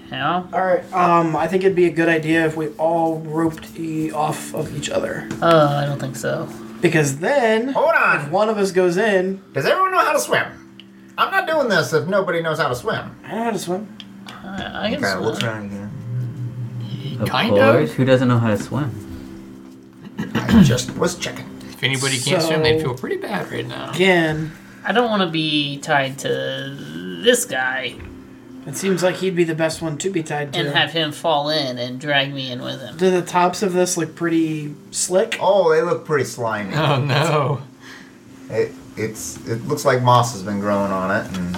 Speaker 5: You know?
Speaker 4: All right. Um, I think it'd be a good idea if we all roped e- off of each other,
Speaker 5: Oh, I don't think so.
Speaker 4: because then
Speaker 3: Hold
Speaker 4: if
Speaker 3: on.
Speaker 4: one of us goes in,
Speaker 3: Does everyone know how to swim? I'm not doing this if nobody knows how to swim.
Speaker 4: I know how to swim.
Speaker 5: I, I can
Speaker 3: Okay,
Speaker 5: swim.
Speaker 3: looks around again.
Speaker 6: Of
Speaker 2: Kind
Speaker 6: course.
Speaker 2: of.
Speaker 6: Who doesn't know how to swim?
Speaker 3: I just was checking.
Speaker 2: If anybody can't
Speaker 4: So-
Speaker 2: swim, they'd feel pretty bad right now.
Speaker 4: Again,
Speaker 5: I don't want to be tied to this guy
Speaker 4: it seems like he'd be the best one to be tied to.
Speaker 5: and have him fall in and drag me in with him.
Speaker 4: Do the tops of this look pretty slick?
Speaker 3: Oh, they look pretty slimy.
Speaker 2: Oh no.
Speaker 3: It, it's it looks like moss has been growing on it, and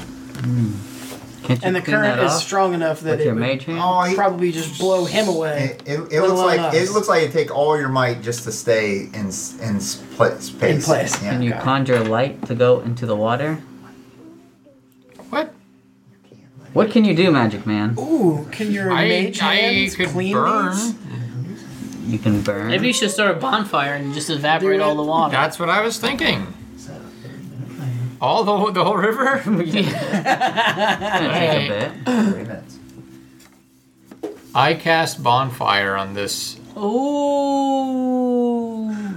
Speaker 6: Can't you
Speaker 4: And the
Speaker 6: clean that
Speaker 4: current is
Speaker 6: off
Speaker 4: strong enough that
Speaker 6: with your
Speaker 4: it
Speaker 6: mage hand?
Speaker 3: oh,
Speaker 4: would
Speaker 3: he,
Speaker 4: probably just blow him away.
Speaker 3: it, it,
Speaker 4: let
Speaker 3: it looks
Speaker 4: alone
Speaker 3: like
Speaker 4: us.
Speaker 3: it looks like it take all your might just to stay in s- in s- pla- space.
Speaker 4: In place.
Speaker 3: Yeah.
Speaker 6: Can you
Speaker 4: Okay.
Speaker 6: conjure light to go into the water?
Speaker 2: What?
Speaker 6: What can you do, Magic Man?
Speaker 4: Ooh, can your
Speaker 2: I,
Speaker 4: mage
Speaker 2: I
Speaker 4: hands
Speaker 2: could
Speaker 4: clean
Speaker 2: burn.
Speaker 4: these?
Speaker 6: You can burn.
Speaker 5: Maybe you should start a bonfire and just evaporate
Speaker 4: Dude,
Speaker 5: all the water.
Speaker 2: That's what I was thinking. All the the whole river.
Speaker 6: It's gonna take a bit.
Speaker 3: Three minutes.
Speaker 2: I cast bonfire on this.
Speaker 5: Ooh.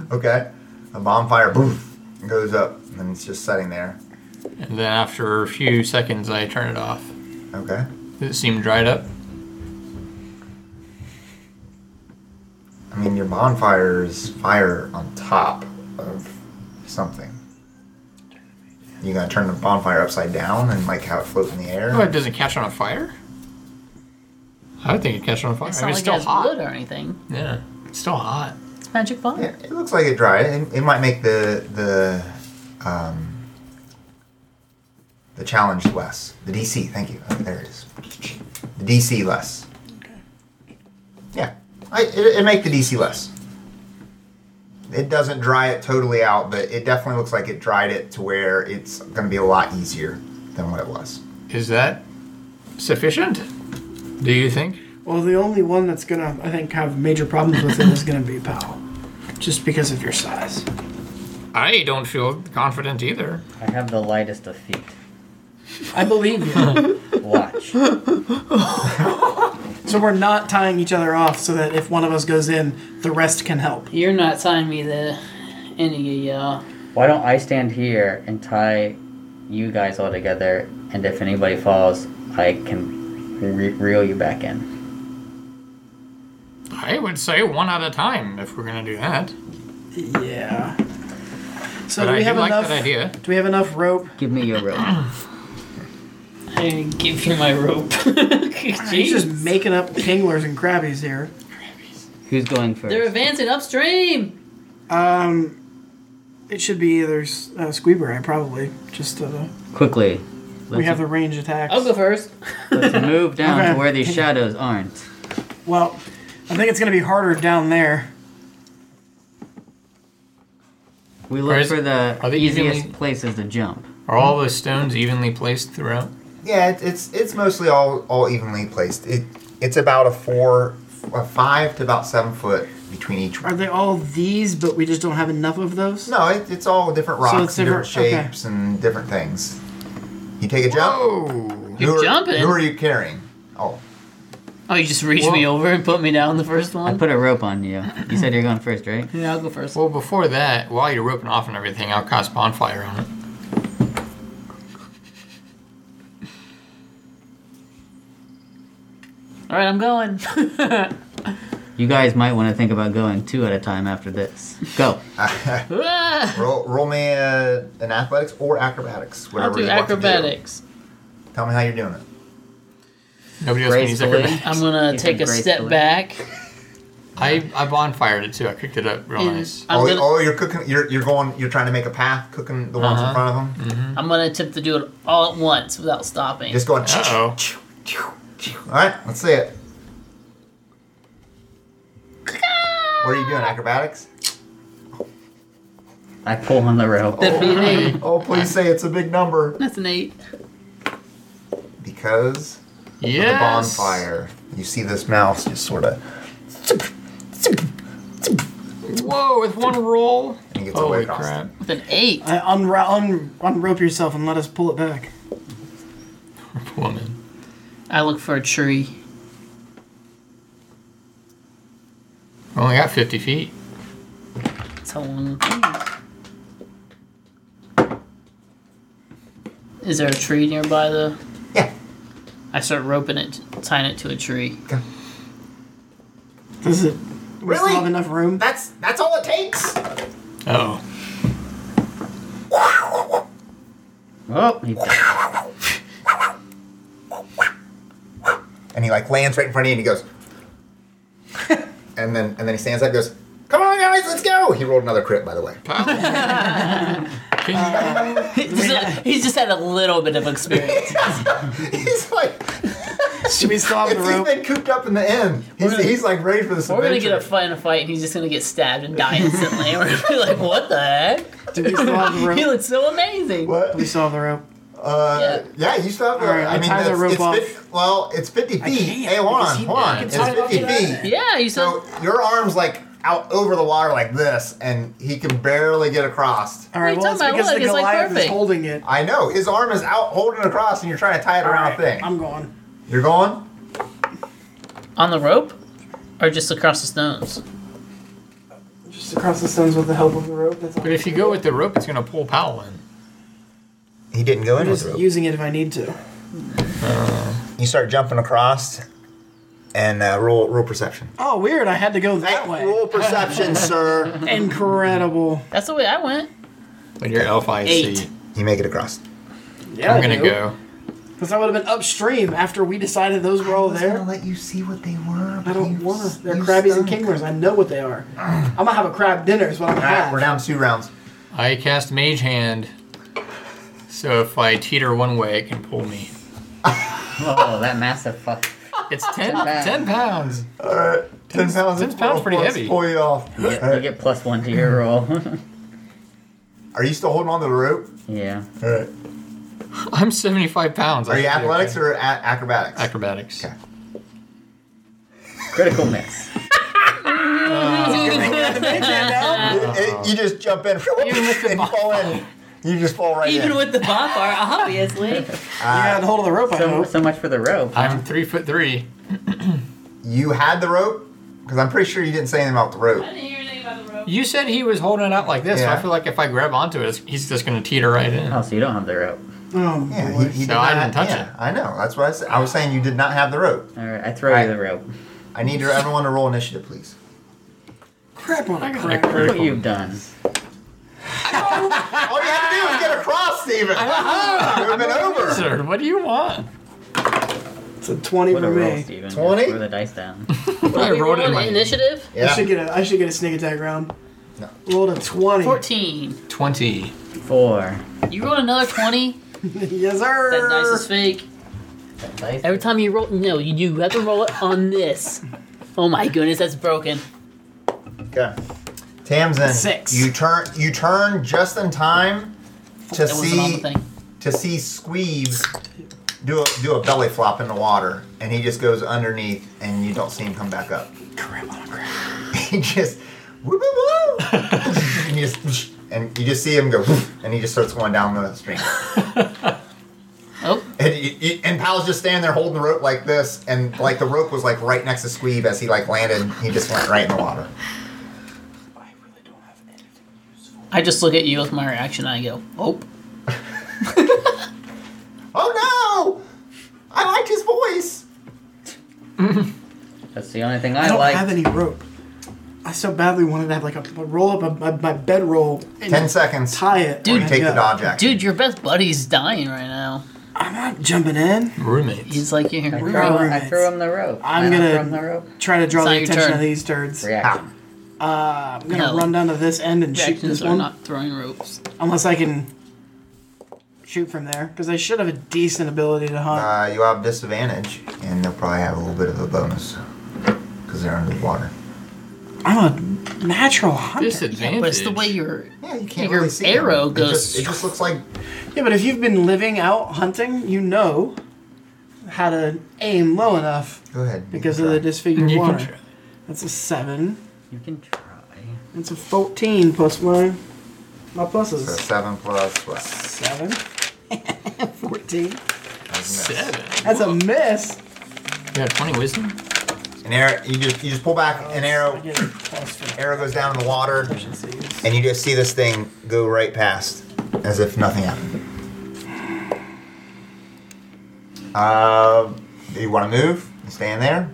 Speaker 3: Okay, a bonfire boom goes up, and it's just sitting there.
Speaker 2: And then after a few seconds, I turn it off.
Speaker 3: Okay,
Speaker 2: Does it seem dried up?
Speaker 3: I mean your bonfire is fire on top of something. You gonna turn the bonfire upside down and like have it float in the air?
Speaker 2: Oh, it doesn't catch on fire? I would think it'd catch on fire.
Speaker 5: It's
Speaker 2: I mean,
Speaker 5: not
Speaker 2: it's
Speaker 5: like it
Speaker 2: still
Speaker 5: has
Speaker 2: hot.
Speaker 5: wood or anything.
Speaker 2: Yeah, it's still hot.
Speaker 5: It's magic fire.
Speaker 3: Yeah, it looks like it dried. It, it might make the the um, the challenge less. The DC, thank you. Oh, there it is. The DC less. Yeah, I, it, it make the DC less. It doesn't dry it totally out, but it definitely looks like it dried it to where it's going to be a lot easier than what it was.
Speaker 2: Is that sufficient? Do you think?
Speaker 4: Well, the only one that's gonna, I think, have major problems with it is gonna be Pal, just because of your size.
Speaker 2: I don't feel confident either.
Speaker 6: I have the lightest of feet.
Speaker 4: I believe you.
Speaker 6: Watch.
Speaker 4: so we're not tying each other off so that if one of us goes in, the rest can help.
Speaker 5: You're not tying me to any of y'all.
Speaker 6: Why don't I stand here and tie you guys all together, and if anybody falls, I can re- reel you back in.
Speaker 2: I would say one at a time if we're gonna do that.
Speaker 4: Yeah. So
Speaker 2: But
Speaker 4: do
Speaker 2: I
Speaker 4: we
Speaker 2: do
Speaker 4: have
Speaker 2: like
Speaker 4: enough?
Speaker 2: that idea.
Speaker 4: Do we have enough rope?
Speaker 6: Give me your rope.
Speaker 5: I give you my rope.
Speaker 4: He's just
Speaker 5: Jeez.
Speaker 4: making up kinglers and crabbies here.
Speaker 6: Who's going first?
Speaker 5: They're advancing upstream.
Speaker 4: Um, it should be either s- uh, Squeeber, I probably just uh,
Speaker 6: Quickly.
Speaker 4: we
Speaker 6: Let's,
Speaker 4: have the range attacks.
Speaker 5: I'll go first.
Speaker 6: let's move down
Speaker 4: Okay.
Speaker 6: to where these shadows aren't.
Speaker 4: Well, I think it's gonna be harder down there.
Speaker 6: We
Speaker 2: Or
Speaker 6: look
Speaker 2: is-
Speaker 6: for the
Speaker 2: are they
Speaker 6: easiest
Speaker 2: evenly-
Speaker 6: places to jump.
Speaker 2: Are all the stones evenly placed throughout?
Speaker 3: Yeah, it, it's it's mostly all all evenly placed. It it's about a four, a five to about seven foot between each one.
Speaker 4: Are they all these? But we just don't have enough of those.
Speaker 3: No, it, it's all different rocks,
Speaker 4: it's
Speaker 3: and different,
Speaker 4: different- okay.
Speaker 3: shapes, and different things. You take a jump.
Speaker 2: Oh,
Speaker 3: Who
Speaker 5: You're
Speaker 3: are,
Speaker 5: jumping.
Speaker 3: Who are you carrying? Oh,
Speaker 5: Oh, you just reached me
Speaker 2: Whoa.
Speaker 5: over and put me down the first
Speaker 6: I
Speaker 2: Um,
Speaker 5: one?
Speaker 6: put a rope on you. You said you're going first, right?
Speaker 5: yeah, I'll go first.
Speaker 2: Well, before that, while you're roping off and everything, I'll cast bonfire on it.
Speaker 5: All right, I'm going. Ah,
Speaker 6: You guys might want to think about going two at a time after this. Go.
Speaker 5: Ah,
Speaker 3: Roll, roll me uh, an athletics or acrobatics,
Speaker 5: I'll
Speaker 3: whatever
Speaker 5: do
Speaker 3: you want to do.
Speaker 5: acrobatics.
Speaker 3: Tell me how you're doing it.
Speaker 2: Nobody else can use
Speaker 6: Gracefully.
Speaker 2: acrobatics.
Speaker 5: I'm gonna
Speaker 6: You
Speaker 5: take a
Speaker 6: said
Speaker 5: step
Speaker 6: gracefully.
Speaker 5: back.
Speaker 2: I, I bonfired it too. I cooked it up real
Speaker 5: and
Speaker 2: nice.
Speaker 5: I'm
Speaker 3: oh,
Speaker 5: gonna,
Speaker 3: oh, you're cooking. You're you're going. You're trying to make a path, cooking the ones in
Speaker 2: Uh-huh.
Speaker 3: front of them.
Speaker 5: I'm gonna attempt to do it all at once without stopping.
Speaker 3: Just going.
Speaker 2: Uh-oh.
Speaker 3: All right, let's see it. What are you doing? Acrobatics?
Speaker 6: I pull on the rope.
Speaker 5: That'd be an eight.
Speaker 3: Oh, please say it's a big number.
Speaker 5: That's an eight.
Speaker 3: Because
Speaker 2: Yes.
Speaker 3: the bonfire. You see this mouse just sort of.
Speaker 2: Whoa, with one roll?
Speaker 3: And he gets away
Speaker 2: Holy
Speaker 3: with
Speaker 2: crap.
Speaker 5: With an eight.
Speaker 4: I Uh, unra- un- unrope yourself and let us pull it back.
Speaker 2: Woman.
Speaker 5: I look for a tree.
Speaker 2: I only got 50 feet.
Speaker 5: That's how long. Is there a tree nearby though?
Speaker 3: Yeah.
Speaker 5: I start roping it, tying it to a tree.
Speaker 4: Does it we
Speaker 3: Really?
Speaker 4: still have enough room?
Speaker 3: That's that's all it takes.
Speaker 2: Oh.
Speaker 6: Oh, he-
Speaker 3: And he like lands right in front of you, and he goes. and then and then he stands up, and goes, "Come on, guys, let's go!" He rolled another crit, by the way.
Speaker 5: He's just had a little bit of experience.
Speaker 3: He's like,
Speaker 4: Should we still have the
Speaker 3: he's
Speaker 4: room?
Speaker 3: been cooped up in the end. He's,
Speaker 5: gonna-
Speaker 3: he's like ready for this
Speaker 5: We're gonna
Speaker 3: adventure.
Speaker 5: get a fight in a fight, and he's just gonna get stabbed and die instantly. We're gonna be like, "What the heck?
Speaker 4: Do we still have the
Speaker 5: He
Speaker 4: rope?
Speaker 5: looks so amazing."
Speaker 3: What?
Speaker 4: We still have the rope.
Speaker 3: Uh, yeah. you still have to.
Speaker 4: All right,
Speaker 3: I
Speaker 4: I
Speaker 3: mean,
Speaker 4: tied the
Speaker 3: that's,
Speaker 4: rope
Speaker 3: it's
Speaker 4: off.
Speaker 3: 50, well, it's 50 feet.
Speaker 4: can't,
Speaker 3: Hey, hold
Speaker 4: because
Speaker 3: on,
Speaker 4: he-
Speaker 3: hold on.
Speaker 4: I can
Speaker 3: It's
Speaker 4: tie it off
Speaker 3: 50
Speaker 4: to that.
Speaker 3: feet.
Speaker 5: Yeah, you said
Speaker 3: So your arm's like out over the water like this, and he can barely get across.
Speaker 4: All right,
Speaker 5: What are you
Speaker 4: well, it's
Speaker 5: talking
Speaker 4: because
Speaker 5: about?
Speaker 4: the
Speaker 5: Look, it's, like,
Speaker 4: Goliath is
Speaker 5: perfect.
Speaker 4: holding it.
Speaker 3: I know his arm is out holding across, and you're trying to tie it
Speaker 4: All
Speaker 3: around
Speaker 4: right,
Speaker 3: a thing.
Speaker 4: I'm going.
Speaker 3: You're going.
Speaker 5: on the rope, or just across the stones.
Speaker 4: Just across the stones with the help of the rope. That's all.
Speaker 2: But if you go with the rope, it's gonna pull Powell in.
Speaker 3: He didn't go in
Speaker 4: I'm
Speaker 3: with
Speaker 4: just
Speaker 3: the rope.
Speaker 4: using it if I need to.
Speaker 3: You start jumping across, and uh, roll roll perception.
Speaker 4: Oh, weird. I had to go that way.
Speaker 3: Roll perception, sir.
Speaker 4: Incredible.
Speaker 5: That's the way I went.
Speaker 2: When you're elf I
Speaker 5: Eight.
Speaker 3: You make it across.
Speaker 4: Yeah,
Speaker 2: I'm gonna go.
Speaker 4: Because I would have been upstream after we decided those were all
Speaker 3: I was
Speaker 4: Oh, there.
Speaker 3: gonna let you see what they were.
Speaker 4: I
Speaker 3: but
Speaker 4: don't
Speaker 3: you-
Speaker 4: want to. They're
Speaker 3: you
Speaker 4: crabbies and
Speaker 3: stunk.
Speaker 4: kinglers. I know what they are. I'm gonna have a crab dinner. Is what I'm
Speaker 3: All
Speaker 4: gonna
Speaker 3: right,
Speaker 4: have.
Speaker 3: we're down two rounds.
Speaker 2: I cast Mage Hand. So if I teeter one way, it can pull me.
Speaker 6: oh, that massive fuck.
Speaker 2: It's 10,
Speaker 6: pounds.
Speaker 2: 10 pounds.
Speaker 3: All right, ten pounds.
Speaker 2: ten pounds pretty heavy.
Speaker 3: Pull you off.
Speaker 6: You get, you get plus one to your roll.
Speaker 3: Are you still holding on to the rope?
Speaker 6: yeah.
Speaker 3: All right.
Speaker 2: I'm 75 pounds.
Speaker 3: Are you
Speaker 2: I should be
Speaker 3: athletics
Speaker 2: okay.
Speaker 3: or a- acrobatics?
Speaker 2: Acrobatics.
Speaker 3: Okay.
Speaker 6: Critical miss.
Speaker 4: Uh-huh.
Speaker 3: It- it- you just jump in
Speaker 2: missed the
Speaker 3: and you fall in. You just fall right in. Uh,
Speaker 5: Even with the bonfire, obviously.
Speaker 4: You had hold of the rope. I
Speaker 6: So,
Speaker 4: hope.
Speaker 6: so much for the rope.
Speaker 2: I'm three foot three.
Speaker 3: you had the rope because I'm pretty sure you didn't say anything about the rope.
Speaker 7: didn't hear anything about the rope.
Speaker 2: You said he was holding it out like this, so
Speaker 3: Yeah.
Speaker 2: I feel like if I grab onto it, it's- he's just gonna teeter right in.
Speaker 6: Oh, so you don't have the rope.
Speaker 4: Oh,
Speaker 3: Yeah,
Speaker 4: boy.
Speaker 3: he, he
Speaker 2: So
Speaker 3: did
Speaker 2: I
Speaker 3: not-
Speaker 2: didn't touch
Speaker 3: yeah,
Speaker 2: it.
Speaker 3: I know. That's what I said. I was saying you did not have the rope.
Speaker 6: All right, I throw
Speaker 3: Alright.
Speaker 6: you the rope.
Speaker 3: I need your- everyone to roll initiative, please.
Speaker 4: crap on a
Speaker 2: Like
Speaker 4: crab.
Speaker 6: Look what
Speaker 2: critical.
Speaker 6: you've
Speaker 3: All
Speaker 6: done.
Speaker 3: you had to do was get across, Steven. it would have been over.
Speaker 2: Sir, what do you want?
Speaker 4: It's a twenty
Speaker 6: What a
Speaker 4: for
Speaker 6: roll,
Speaker 4: me.
Speaker 6: Steven.
Speaker 3: 20?
Speaker 6: Throw the dice down.
Speaker 2: I
Speaker 5: We
Speaker 2: rolled it
Speaker 5: rolled
Speaker 2: in my-
Speaker 5: initiative.
Speaker 4: I should
Speaker 3: Yeah.
Speaker 4: get a. I should get a sneak attack round.
Speaker 3: No.
Speaker 4: Rolled a twenty.
Speaker 5: Fourteen.
Speaker 2: Twenty.
Speaker 6: Four.
Speaker 5: You rolled another twenty.
Speaker 4: yes,
Speaker 5: That
Speaker 4: sir.
Speaker 5: dice is fake.
Speaker 6: That dice-
Speaker 5: Every time you roll, no, you do have to roll it on this. Oh my goodness, that's broken.
Speaker 3: Okay. Tamsin,
Speaker 5: Six.
Speaker 3: you turn you turn just in time to
Speaker 5: That wasn't on the
Speaker 3: see
Speaker 5: thing.
Speaker 3: to see Squeebs do a, do a belly flop in the water, and he just goes underneath, and you don't see him come back up.
Speaker 4: Crap on a crab.
Speaker 3: He just whoop, whoop, whoop, and you just and you just see him go, and he just starts going down the stream.
Speaker 5: Oh,
Speaker 3: And, you- you- and Pal's just standing there holding the rope like this, and like the rope was like right next to Squeeb as he like landed. He just went right in the water.
Speaker 5: I just look at you with my reaction. and I go, oh.
Speaker 3: Oh no! I liked his voice.
Speaker 6: It's the only thing I,
Speaker 4: I don't
Speaker 6: like.
Speaker 4: have any rope. I so badly wanted to have like a, a roll up a, my, my bed roll. and
Speaker 3: Ten seconds.
Speaker 4: Tie it.
Speaker 5: Dude,
Speaker 3: You take the dodge action.
Speaker 5: Dude, your best buddy's dying right now.
Speaker 4: I'm not jumping in.
Speaker 2: Roommates.
Speaker 5: He's like your
Speaker 6: I
Speaker 5: hero.
Speaker 4: We're all
Speaker 6: threw, I
Speaker 4: roommates.
Speaker 6: threw him the rope.
Speaker 4: I'm
Speaker 6: And I
Speaker 4: gonna-
Speaker 6: threw him the rope.
Speaker 4: Try to draw
Speaker 5: It's
Speaker 4: the
Speaker 5: not your
Speaker 4: attention
Speaker 5: turn.
Speaker 4: of these turds.
Speaker 6: Reaction.
Speaker 4: Uh, I'm gonna
Speaker 5: No.
Speaker 4: run down to this end and shoot this
Speaker 5: Reactions are
Speaker 4: one,
Speaker 5: not throwing ropes.
Speaker 4: unless I can shoot from there because I should have a decent ability to hunt.
Speaker 3: Uh, you have disadvantage, and they'll probably have a little bit of a bonus because they're underwater.
Speaker 4: I'm a natural hunter.
Speaker 2: Disadvantage.
Speaker 5: But it's the way you're.
Speaker 3: Yeah, you can't
Speaker 5: Your
Speaker 3: really see.
Speaker 5: arrow
Speaker 3: them. It
Speaker 5: goes-
Speaker 3: just- It just, looks like
Speaker 4: Yeah, but if you've been living out hunting, you know how to aim low enough
Speaker 3: Go ahead.
Speaker 4: because of the disfigured
Speaker 2: You can
Speaker 4: water.
Speaker 2: try.
Speaker 4: That's a seven.
Speaker 6: You can try.
Speaker 4: It's a fourteen plus my my plus
Speaker 3: So
Speaker 4: is
Speaker 3: seven plus what?
Speaker 4: seven. Fourteen.
Speaker 2: Seven.
Speaker 4: That's a miss.
Speaker 2: You got 20 wisdom?
Speaker 3: An arrow. You just you just pull back an
Speaker 4: I
Speaker 3: arrow.
Speaker 4: get plus for
Speaker 3: Arrow goes down in the water,
Speaker 4: efficiencies.
Speaker 3: and you just see this thing go right past, as if nothing happened. Uh, do you want to move? You Staying there?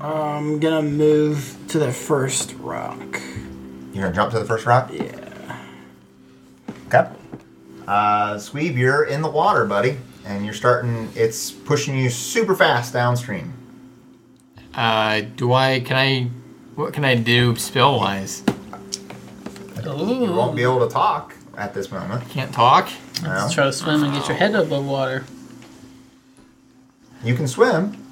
Speaker 4: I'm gonna move to the first rock.
Speaker 3: You're gonna jump to the first rock.
Speaker 4: Yeah.
Speaker 3: Okay. Uh, Sweeb, you're in the water, buddy, and you're starting. It's pushing you super fast downstream.
Speaker 2: Uh, do I. Can I. What can I do spell wise? Hmm.
Speaker 3: You
Speaker 5: Ooh.
Speaker 3: won't be able to talk at this moment.
Speaker 2: Can't talk?
Speaker 3: No.
Speaker 5: Let's try to swim and get your head above water.
Speaker 3: You can swim.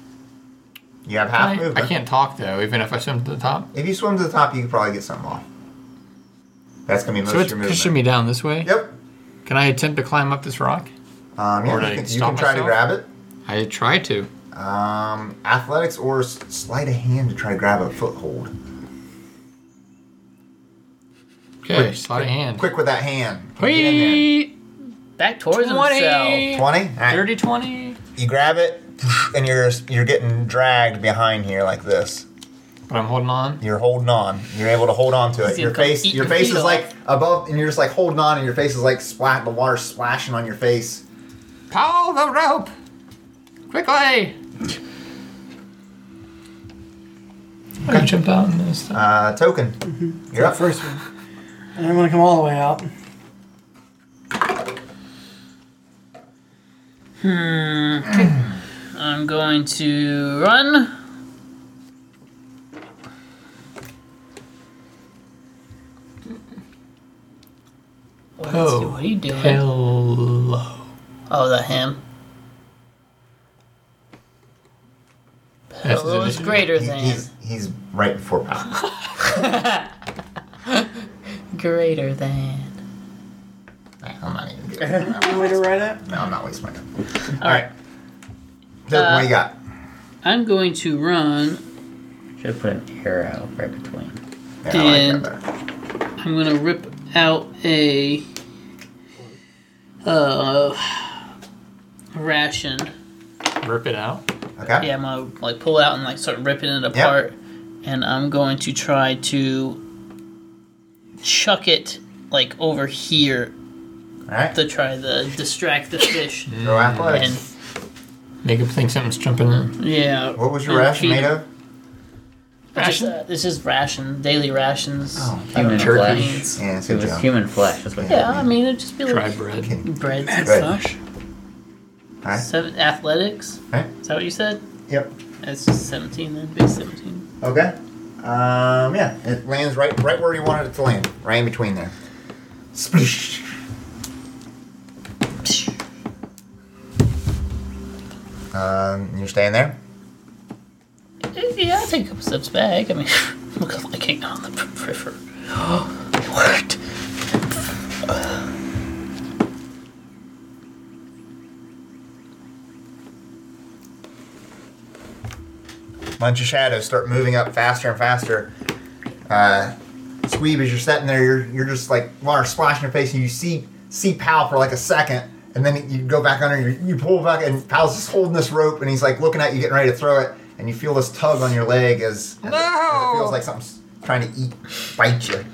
Speaker 3: You have half
Speaker 2: I,
Speaker 3: movement.
Speaker 2: I can't talk though, even if I swim to the top.
Speaker 3: If you swim to the top, you could probably get something off. That's gonna be most
Speaker 2: So
Speaker 3: of
Speaker 2: it's
Speaker 3: your
Speaker 2: pushing
Speaker 3: movement.
Speaker 2: me down this way.
Speaker 3: Yep.
Speaker 2: Can I attempt to climb up this rock?
Speaker 3: Um, yeah,
Speaker 2: Or do I
Speaker 3: you can, you
Speaker 2: stop
Speaker 3: can try to
Speaker 2: myself?
Speaker 3: grab it.
Speaker 2: I try to.
Speaker 3: Um, athletics or s- sleight of hand to try to grab a foothold.
Speaker 2: Okay, slide a hand.
Speaker 3: Quick with that hand. Get in
Speaker 2: Whee!
Speaker 5: Back towards himself.
Speaker 2: 20!
Speaker 3: there. Twenty. All right.
Speaker 2: 30 20?
Speaker 3: You grab it, and you're you're getting dragged behind here like this.
Speaker 2: But I'm holding on.
Speaker 3: You're holding on. You're able to hold on to it.
Speaker 5: He's
Speaker 3: Your
Speaker 5: gonna come
Speaker 3: face,
Speaker 5: eat
Speaker 3: your
Speaker 5: your
Speaker 3: face
Speaker 5: feet
Speaker 3: is
Speaker 5: off.
Speaker 3: like above, and you're just like holding on, and your face is like splat. The water's splashing on your face.
Speaker 2: Pull the rope! Quickly! I can jump out and then stuff.
Speaker 3: Uh, token,
Speaker 5: Mm-hmm.
Speaker 3: you're up first.
Speaker 4: And I'm gonna come all the way out.
Speaker 5: I'm going to run. What, is-
Speaker 2: Oh,
Speaker 5: what are you doing?
Speaker 2: Hello.
Speaker 5: Oh, the him.
Speaker 2: That's
Speaker 5: Hello is
Speaker 2: division.
Speaker 5: Oh, greater
Speaker 3: He-
Speaker 5: than.
Speaker 3: he's he's right before Pal.
Speaker 5: Greater than.
Speaker 3: I'm not even. Good.
Speaker 4: Way to write it.
Speaker 3: No, I'm not wasting my time.
Speaker 5: All Uh, right.
Speaker 3: Token, what do you got?
Speaker 5: I'm going to run.
Speaker 6: Should have put an arrow right between.
Speaker 3: Yeah, I like
Speaker 5: and-
Speaker 3: that better.
Speaker 5: I'm going to rip out a uh ration.
Speaker 2: Rip it out.
Speaker 3: Okay.
Speaker 5: Yeah, I'm gonna like pull out and like start ripping it apart, and I'm going to try to chuck it like over here
Speaker 3: All right.
Speaker 5: to try to distract the fish.
Speaker 3: Throw athletics.
Speaker 5: and
Speaker 2: Make him think something's jumping in.
Speaker 5: yeah,
Speaker 3: what was your
Speaker 5: and
Speaker 3: ration
Speaker 5: feed
Speaker 3: made
Speaker 5: it.
Speaker 3: of?
Speaker 5: Just, uh, this is ration, daily rations.
Speaker 3: Oh,
Speaker 6: Human
Speaker 5: turkey.
Speaker 6: flesh.
Speaker 3: Yeah, it's
Speaker 6: It
Speaker 3: good
Speaker 6: was
Speaker 3: job.
Speaker 6: human flesh. That's what.
Speaker 5: Yeah, I mean it'd just be
Speaker 2: Dry
Speaker 5: like
Speaker 2: bread.
Speaker 3: Okay.
Speaker 5: bread and
Speaker 3: Bread.
Speaker 5: stuff.
Speaker 3: All right.
Speaker 5: Seven athletics.
Speaker 3: All right.
Speaker 5: Is that what you said?
Speaker 3: Yep.
Speaker 5: It's just seventeen then, base seventeen.
Speaker 3: Okay. Um, yeah, it lands right right where you wanted it to land, right in between there. Splish. Um, you're staying there.
Speaker 5: Eh, Yeah, I'll take a couple steps back. I mean, look like hanging on the r- river. it worked.
Speaker 3: bunch of shadows start moving up faster and faster. Uh, Squeeb, as you're sitting there, you're, you're just like water splashing your face, and you see see Pal for like a second, and then you go back under, you, you pull back, and Pal's just holding this rope, and he's like looking at you, getting ready to throw it, and you feel this tug on your leg as, as, it, as it feels like something's trying to eat, bite you.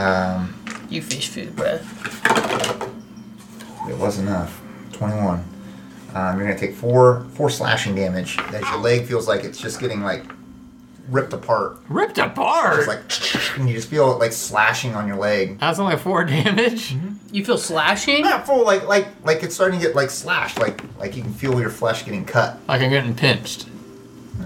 Speaker 3: Um,
Speaker 5: You fish food, bruh.
Speaker 3: it was enough. 21. Um, you're gonna take four four slashing damage as your leg feels like it's just getting like ripped apart.
Speaker 2: Ripped apart.
Speaker 3: It's like, and you just feel it like slashing on your leg.
Speaker 2: That's only four damage.
Speaker 3: Mm-hmm.
Speaker 5: You feel slashing?
Speaker 3: Not full, like like like it's starting to get like slashed, like like you can feel your flesh getting cut.
Speaker 2: Like I'm getting pinched.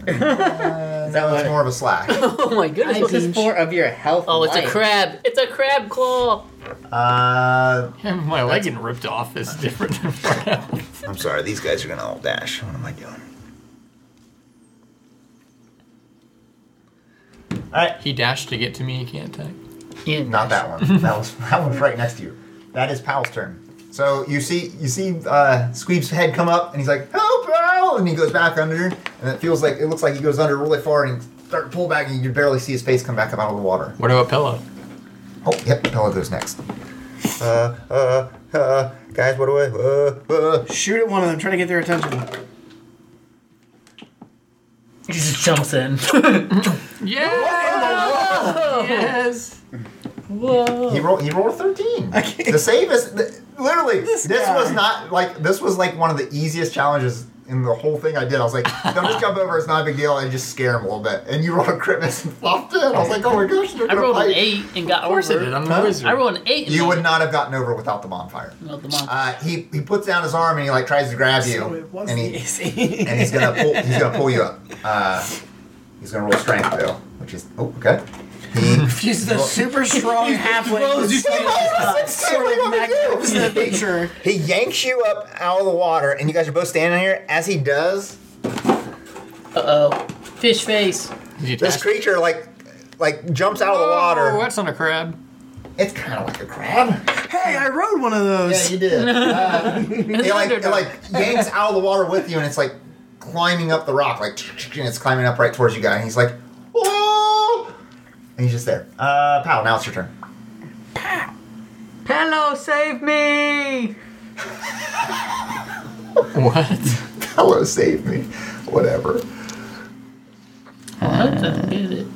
Speaker 3: Uh, no, it's
Speaker 6: what-
Speaker 3: more of a slash.
Speaker 5: Oh my goodness.
Speaker 6: This
Speaker 5: what is-
Speaker 6: is four of your health.
Speaker 5: Oh, it's a
Speaker 6: life.
Speaker 5: crab. It's a crab claw.
Speaker 3: Uh,
Speaker 2: My leg getting ripped off is different than four health.
Speaker 3: I'm sorry, these guys are gonna all dash. What am I doing?
Speaker 2: He dashed to get to me. He can't attack.
Speaker 5: Yeah.
Speaker 3: Not that one. That was that one's right next to you. That is Pal's turn. So you see you see uh, Squeeb's head come up and he's like, "Help, Pal!" and he goes back under, and it feels like it looks like he goes under really far and he start to pull back and you can barely see his face come back up out of the water.
Speaker 2: What about pillow?
Speaker 3: Oh, yep, Pella goes next. Uh, uh, uh, guys, what do I? Uh, uh.
Speaker 4: Shoot at one of them. Try to get their attention.
Speaker 5: He just jumps in.
Speaker 2: Yeah. Yes.
Speaker 5: Whoa.
Speaker 3: He rolled. He rolled a thirteen.
Speaker 4: I can't-
Speaker 3: The save is th- literally. This,
Speaker 4: guy.
Speaker 3: was not like this was like one of the easiest challenges in the whole thing I did. I was like, don't just jump over. It's not a big deal. I just scare him a little bit. And you rolled a crit miss and flopped it. I was like, oh my gosh. they're
Speaker 5: I
Speaker 3: gonna
Speaker 5: rolled an
Speaker 3: fight.
Speaker 5: eight and got
Speaker 2: Of course I
Speaker 5: over.
Speaker 2: did. I'm
Speaker 3: Huh?
Speaker 2: the wizard.
Speaker 5: I rolled an eight. And
Speaker 3: You
Speaker 5: got
Speaker 3: would
Speaker 5: it.
Speaker 3: not have gotten over without the bonfire.
Speaker 5: Well, the monster.
Speaker 3: Uh, he he puts down his arm and he like tries to grab you.
Speaker 4: So it was
Speaker 3: and he,
Speaker 4: easy.
Speaker 3: and he's gonna pull he's gonna pull you up. Uh, he's gonna roll strength though, which is oh okay. He
Speaker 4: He's the super strong halfling.
Speaker 5: throws you
Speaker 4: with
Speaker 5: to
Speaker 4: uh,
Speaker 3: the
Speaker 4: sort of
Speaker 3: side.
Speaker 4: magnets the picture.
Speaker 3: He yanks you up out of the water, and you guys are both standing here. As he does,
Speaker 5: Uh oh. Fish face.
Speaker 2: Did you
Speaker 3: this
Speaker 2: dash-
Speaker 3: creature like like jumps out of the
Speaker 2: Oh,
Speaker 3: water.
Speaker 2: that's not a crab.
Speaker 3: It's kind of like a crab.
Speaker 4: Hey, I rode one of those.
Speaker 3: did. it like it like yanks out of the water with you, and it's like climbing up the rock, like and it's climbing up right towards you guys. And he's like, whoa, and he's just there. Uh, pal, now it's your turn.
Speaker 6: Hello, save me!
Speaker 2: What?
Speaker 3: Hello, save me. Whatever.
Speaker 5: What the- is it?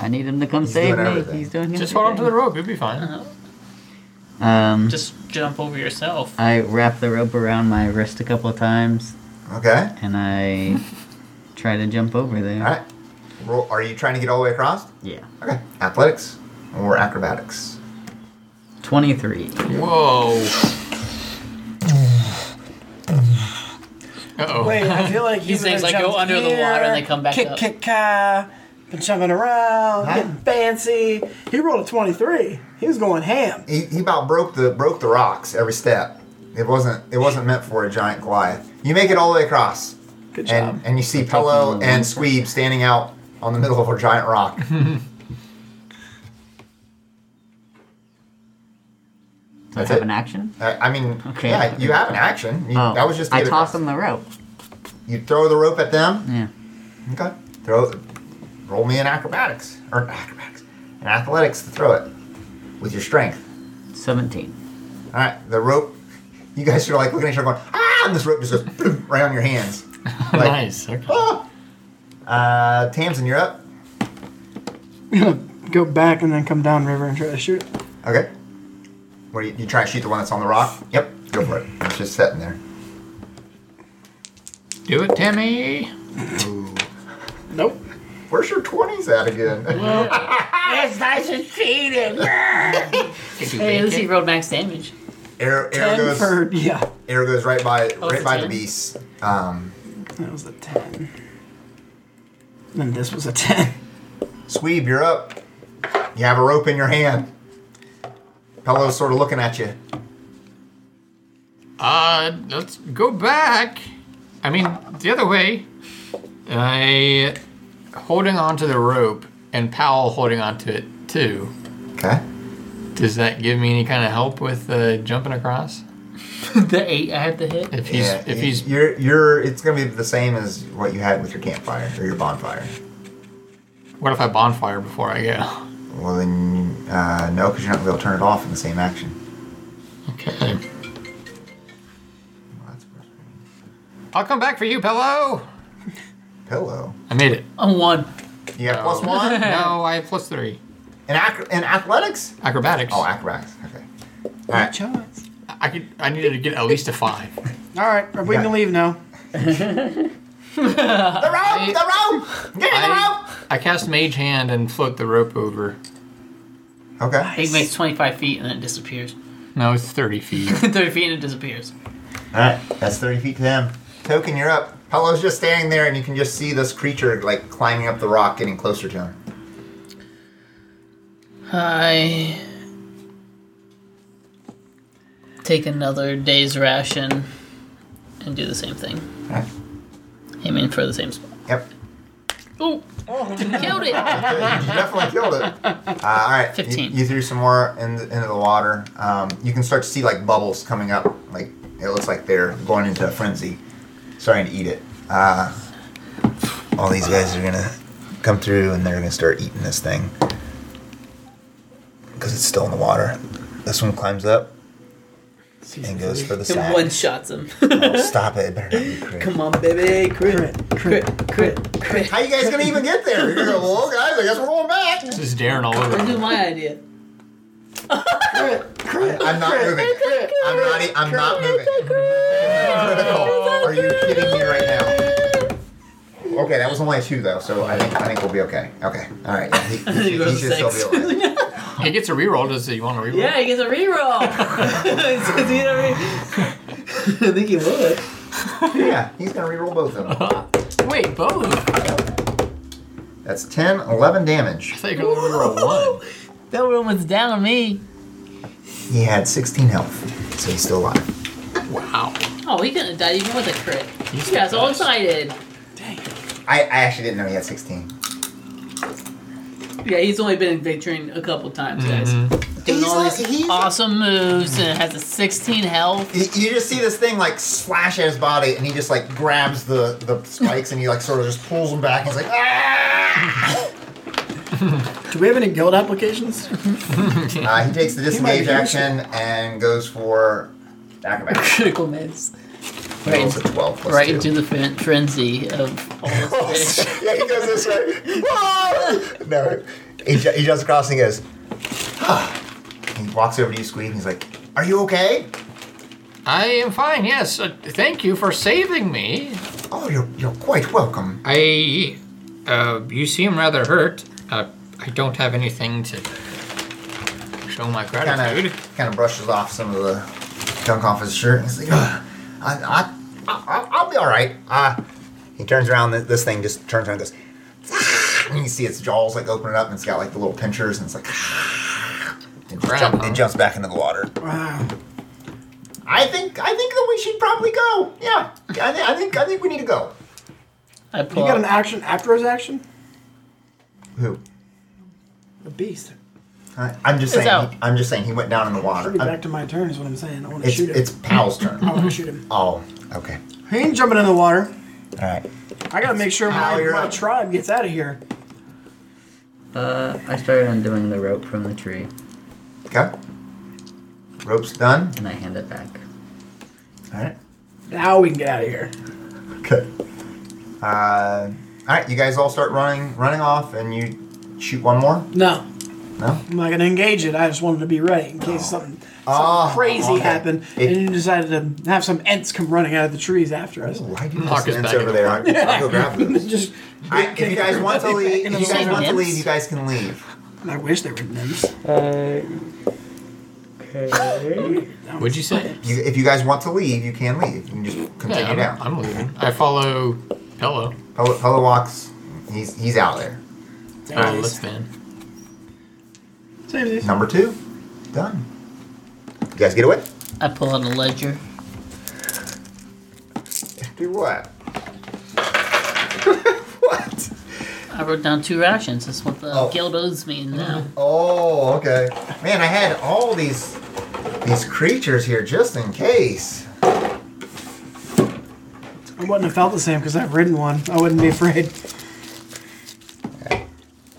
Speaker 6: I need him to come
Speaker 3: He's
Speaker 6: save
Speaker 3: doing
Speaker 6: me.
Speaker 3: everything.
Speaker 6: He's doing
Speaker 2: Just
Speaker 6: everything.
Speaker 2: hold on to the rope. You'll be fine.
Speaker 5: Uh,
Speaker 6: Um,
Speaker 5: Just jump over yourself.
Speaker 6: I wrap the rope around my wrist a couple of times,
Speaker 3: Okay.
Speaker 6: and I try to jump over there.
Speaker 3: All right. Roll, are you trying to get all the way across?
Speaker 6: Yeah.
Speaker 3: Okay. Athletics or acrobatics?
Speaker 6: 23.
Speaker 2: Whoa. Uh oh.
Speaker 4: Wait, I feel like
Speaker 5: These
Speaker 4: you would've
Speaker 5: things, like, go
Speaker 4: jumped
Speaker 5: under the
Speaker 4: here,
Speaker 5: water and they come back
Speaker 4: Kick,
Speaker 5: up.
Speaker 4: kick, ah, been jumping around,
Speaker 3: Huh?
Speaker 4: getting fancy. He rolled a twenty-three. He was going ham.
Speaker 3: He, he about broke the broke the rocks every step. It wasn't it wasn't meant for a giant Goliath. You make it all the way across,
Speaker 4: Good job.
Speaker 3: and and you see Pello and Squeeb standing out on the middle of a giant rock.
Speaker 6: Do I
Speaker 3: That's
Speaker 6: have
Speaker 3: it.
Speaker 6: an action?
Speaker 3: I, I mean,
Speaker 6: Okay.
Speaker 3: yeah, you have an action. You,
Speaker 6: Oh,
Speaker 3: that was just to
Speaker 6: I
Speaker 3: get
Speaker 6: toss
Speaker 3: across.
Speaker 6: him the rope.
Speaker 3: You throw the rope at them.
Speaker 6: Yeah.
Speaker 3: Okay. Throw. Roll me an acrobatics or acrobatics, an athletics to throw it with your strength.
Speaker 6: 17.
Speaker 3: All right, the rope. You guys are like looking at each other, going, ah, and this rope just goes boom, right on your hands. Like,
Speaker 2: nice. Okay.
Speaker 3: Ah! Uh, Tamsin, you're up.
Speaker 4: I'm gonna go back and then come down river and try to shoot. it.
Speaker 3: Okay. What do you, you try to shoot the one that's on the rock? Yep. Go for it. It's just sitting there.
Speaker 2: Do it, Timmy.
Speaker 4: Nope.
Speaker 3: Where's your twenties at again?
Speaker 5: That's nice and
Speaker 2: Did
Speaker 5: cheating.
Speaker 2: you
Speaker 5: Hey, at
Speaker 2: make
Speaker 5: least he
Speaker 2: it?
Speaker 5: rolled max damage.
Speaker 3: Arrow, arrow
Speaker 4: Ten
Speaker 3: goes.
Speaker 4: for yeah.
Speaker 3: Arrow goes right by
Speaker 5: Oh, it's
Speaker 3: right
Speaker 5: a
Speaker 3: by the
Speaker 5: 10?
Speaker 3: beast. Um,
Speaker 4: That was a ten. Then this was a ten.
Speaker 3: Sweeb, you're up. You have a rope in your hand. Pello's sort of looking at you.
Speaker 2: Uh, let's go back. I mean, the other way. I holding onto the rope and Powell holding onto it too.
Speaker 3: Okay.
Speaker 2: Does that give me any kind of help with uh, jumping across?
Speaker 5: the eight I had to hit.
Speaker 2: If he's
Speaker 3: yeah,
Speaker 2: if
Speaker 3: you-
Speaker 2: he's
Speaker 3: you're you're it's gonna be the same as what you had with your campfire or your bonfire.
Speaker 2: what if I bonfire before I go?
Speaker 3: Well then, uh, no, because you're not gonna be able to turn it off in the same action.
Speaker 2: Okay.
Speaker 3: Well, that's frustrating.
Speaker 2: I'll come back for you, Pillow.
Speaker 3: Pillow.
Speaker 2: I made it.
Speaker 5: I'm one.
Speaker 3: You have
Speaker 2: No.
Speaker 3: plus one in,
Speaker 2: No, I have plus three.
Speaker 3: ac- in athletics.
Speaker 2: Acrobatics.
Speaker 3: Oh, acrobatics. Okay. All right.
Speaker 4: Chance.
Speaker 2: I could. I needed to get at least a five.
Speaker 4: All right, we
Speaker 3: Yeah.
Speaker 4: can leave now.
Speaker 3: The rope. The rope. Give me the
Speaker 2: I,
Speaker 3: rope.
Speaker 2: I cast Mage Hand and float the rope over.
Speaker 3: Okay.
Speaker 5: It makes 25 feet and then it disappears.
Speaker 2: No, it's 30 feet.
Speaker 5: 30 feet and it disappears.
Speaker 3: All right, that's 30 feet to them. Token, you're up. Paolo's just standing there, and you can just see this creature like climbing up the rock, getting closer to him.
Speaker 5: I take another day's ration and do the same thing.
Speaker 3: Alright.
Speaker 5: Aim in for the same spot.
Speaker 3: Yep.
Speaker 5: Ooh! Killed it!
Speaker 3: you definitely killed it. Uh, all right, you-
Speaker 5: 15.
Speaker 3: You, threw some more in, into the water. Um, you can start to see like bubbles coming up. Like it looks like they're going into a frenzy, starting to eat it. Uh, all these guys are gonna come through and they're gonna start eating this thing because it's still in the water. This one climbs up and goes for the sack.
Speaker 5: One shots him.
Speaker 3: Oh, stop it! It better not be crit.
Speaker 5: Come on, baby. Crit,
Speaker 4: Crit, crit,
Speaker 5: crit, crit.
Speaker 3: How you guys gonna even get there? You're gonna go, well, guys, I guess we're going back.
Speaker 2: this is Darren all
Speaker 5: I do
Speaker 2: over.
Speaker 5: my idea.
Speaker 4: crit, crit.
Speaker 3: I'm not moving. I'm not. e- I'm not moving. Are you kidding me right now? Okay, that was only a two though, so I think I think we'll be okay. Okay, all right. He, he-
Speaker 5: He
Speaker 3: he
Speaker 5: goes
Speaker 3: should
Speaker 5: six.
Speaker 3: still be alive.
Speaker 2: He gets a reroll. Does he want to reroll?
Speaker 5: Yeah, he gets a reroll. It's 'cause he didn't re- I think he would.
Speaker 3: Yeah, he's gonna reroll both of them.
Speaker 2: Wait, both.
Speaker 3: That's 10, 11 damage.
Speaker 2: I thought you could only reroll one.
Speaker 5: That one was down on me.
Speaker 3: He had 16 health, so he's still alive.
Speaker 2: Wow.
Speaker 5: Oh, he couldn't have died even with a crit.
Speaker 2: He's
Speaker 5: You guys all
Speaker 2: fast.
Speaker 5: excited.
Speaker 3: I, I actually didn't know he had 16.
Speaker 5: Yeah, he's only been in Victorine a couple times, guys. Doing
Speaker 3: He's
Speaker 5: all
Speaker 3: like-
Speaker 5: these
Speaker 3: he's-
Speaker 5: awesome moves and has a 16 health.
Speaker 3: You you just see this thing like slash at his body, and he just like grabs the the spikes, and he like sort of just pulls them back. And he's like, ah!
Speaker 4: Do we have any guild applications?
Speaker 3: Uh, he takes the
Speaker 4: might be
Speaker 3: disengage action and goes for acrobatics.
Speaker 5: Critical miss.
Speaker 3: He rolls a 12 plus
Speaker 5: Right
Speaker 3: two.
Speaker 5: into the fren- frenzy of all this. shit.
Speaker 3: yeah, he goes this way. Ah! no, he, ju- he jumps across and he goes. Ah. He walks over to you, Squeak, and he's like, "Are you okay?
Speaker 2: I am fine. Yes. Uh, thank you for saving me.
Speaker 3: Oh, you're you're quite welcome.
Speaker 2: I. Uh, you seem rather hurt. Uh, I don't have anything to show my
Speaker 3: Kind
Speaker 2: gratitude.
Speaker 3: of kind of brushes off some of the gunk off his shirt. And he's like, "Ugh, I, I, I, I'll be all right. Uh, he turns around. th- This thing just turns around and goes. "Ah," And you see its jaws like opening up, and it's got like the little pinchers, and it's like. "Ah," and It,
Speaker 2: Ground,
Speaker 3: jump,
Speaker 2: huh?
Speaker 3: it jumps back into the water.
Speaker 4: Wow.
Speaker 3: I think I think that we should probably go. Yeah, I, thi- I think I think we need to go.
Speaker 5: I
Speaker 4: You
Speaker 5: pull
Speaker 4: got an
Speaker 5: out,
Speaker 4: action after his action?
Speaker 3: Who?
Speaker 4: A beast.
Speaker 3: Uh, I, I'm just
Speaker 5: It's
Speaker 3: saying.
Speaker 5: out.
Speaker 3: I'm just saying he went down in the water.
Speaker 4: Should be
Speaker 3: I'm-
Speaker 4: back to my turn is what I'm saying. I want to
Speaker 3: it's
Speaker 4: shoot him.
Speaker 3: it's Pal's turn.
Speaker 4: I want to shoot him.
Speaker 3: Oh, okay.
Speaker 4: He ain't jumping in the water.
Speaker 3: All right.
Speaker 4: I gotta make sure
Speaker 3: Ow,
Speaker 4: my,
Speaker 3: you're
Speaker 4: my
Speaker 3: up.
Speaker 4: tribe gets out of here.
Speaker 6: Uh, I started undoing the rope from the tree,
Speaker 3: Okay. Rope's done.
Speaker 6: and I hand it back.
Speaker 3: All right.
Speaker 4: Now we can get out of here.
Speaker 3: Okay. Uh, all right. You guys all start running running off, and you shoot one more.
Speaker 4: No.
Speaker 3: No?
Speaker 4: I'm not gonna engage it. I just wanted to be ready in case something, something
Speaker 3: Oh,
Speaker 4: crazy
Speaker 3: okay.
Speaker 4: happened
Speaker 3: It-
Speaker 4: and you decided to have some ents come running out of the trees after us.
Speaker 3: Why do you
Speaker 2: Mark is
Speaker 3: have
Speaker 2: back
Speaker 3: over
Speaker 2: in
Speaker 3: there? I'll I'll go grab them.
Speaker 4: just
Speaker 3: I, if you guys want to leave, if you guys want to
Speaker 5: Yes.
Speaker 3: leave, you guys can leave.
Speaker 4: I wish there were nymphs.
Speaker 6: Okay.
Speaker 2: What'd you say?
Speaker 3: You, if you guys want to leave, you can leave. You can just continue
Speaker 2: Yeah, I'm,
Speaker 3: down.
Speaker 2: I'm leaving. I follow Pello.
Speaker 3: Polo, Polo walks. He's he's out there.
Speaker 2: I listen.
Speaker 4: Same as-
Speaker 3: Number two, done. You guys get away.
Speaker 5: I pull out a ledger.
Speaker 3: Do what? what?
Speaker 5: I wrote down two rations. That's what the
Speaker 3: Oh.
Speaker 5: guild owes me now.
Speaker 3: Oh, okay. Man, I had all these these creatures here just in case.
Speaker 4: I wouldn't have felt the same because I've ridden one. I wouldn't be afraid.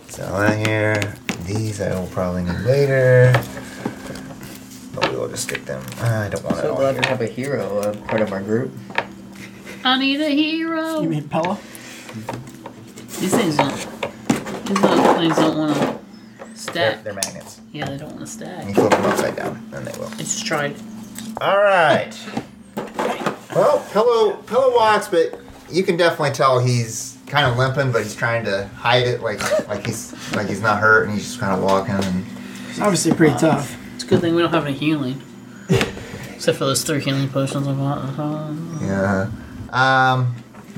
Speaker 3: So in here, these I will probably need later. But we will just stick them. I don't want it
Speaker 6: So
Speaker 3: all
Speaker 6: glad we
Speaker 3: here.
Speaker 6: have a hero, a part of our group.
Speaker 5: I need a hero.
Speaker 4: You mean Pella?
Speaker 5: These things don't. These little things don't want to
Speaker 3: They're,
Speaker 5: stack.
Speaker 3: they're magnets.
Speaker 5: yeah, they don't want to
Speaker 3: And you
Speaker 5: stack.
Speaker 3: flip them upside down, and they will.
Speaker 5: I just tried.
Speaker 3: All right. Well, Pillow Pillow walks, but you can definitely tell he's kind of limping, but he's trying to hide it, like like he's like he's not hurt, and he's just kind of walking. And
Speaker 4: It's obviously pretty tough.
Speaker 5: It's a good thing we don't have any healing. Except for those three healing potions I bought. Uh-huh.
Speaker 3: yeah. Um.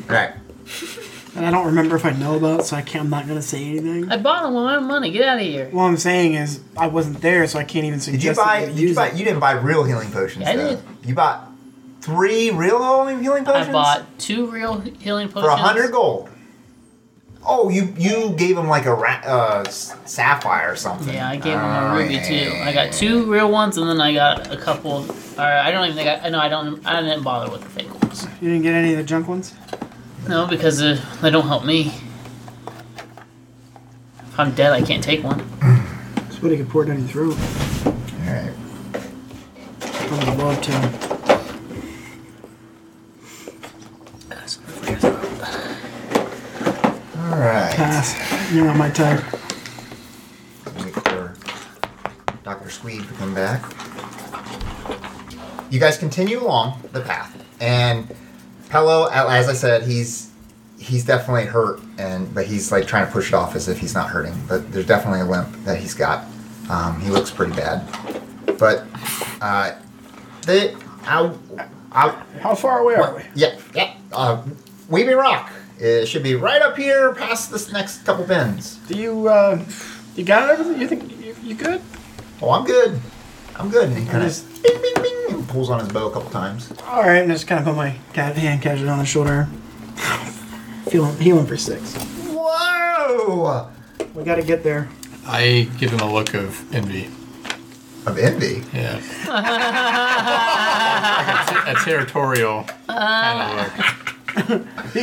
Speaker 3: All right.
Speaker 4: And I don't remember if I know about it, so I can't, I'm not going to say anything.
Speaker 5: I bought them with my own money. Get out of here.
Speaker 4: What I'm saying is, I wasn't there, so I can't even
Speaker 3: Did
Speaker 4: suggest.
Speaker 3: you buy?
Speaker 4: that
Speaker 3: Did
Speaker 4: we
Speaker 3: you
Speaker 4: use
Speaker 3: buy?
Speaker 4: it.
Speaker 3: You didn't buy real healing potions.
Speaker 5: Yeah, I
Speaker 3: though.
Speaker 5: did.
Speaker 3: You bought three real healing potions.
Speaker 5: I bought two real healing potions.
Speaker 3: for a hundred gold. Oh, you you gave him like a ra- uh, s- sapphire or something.
Speaker 5: Yeah, I gave him
Speaker 3: Oh,
Speaker 5: a ruby
Speaker 3: yeah,
Speaker 5: too.
Speaker 3: yeah,
Speaker 5: I got two real ones, and then I got a couple. Or I don't even think I. No, I don't. I didn't bother with the fake ones.
Speaker 4: You didn't get any of the junk ones?
Speaker 5: No, because uh, they don't help me. If I'm dead, I can't take one.
Speaker 4: Somebody could pour it down your throat.
Speaker 3: yeah. All right.
Speaker 4: I would love to.
Speaker 3: All right.
Speaker 4: Pass. You're not my type.
Speaker 3: Wait for Dr. Squeed to come back. You guys continue along the path, and Pello, as I said, he's he's definitely hurt, and but he's like trying to push it off as if he's not hurting. But there's definitely a limp that he's got. Um, he looks pretty bad, but uh, they out out
Speaker 4: How far away are we?
Speaker 3: Yep, yep. Uh, Weeby Rock. It should be right up here, past this next couple bins.
Speaker 4: Do you, uh, you got everything? You think you, you good?
Speaker 3: Oh, I'm good. I'm good. And he kind
Speaker 4: Nice.
Speaker 3: of bing, bing, bing, and pulls on his bow a couple times.
Speaker 4: All right, and just kind of put my cat hand casually on the shoulder. Feeling healing for six.
Speaker 3: Whoa!
Speaker 4: We got to get there.
Speaker 2: I give him a look of envy.
Speaker 3: Of envy.
Speaker 2: Yeah. Like a, t- a territorial kind of look.
Speaker 4: You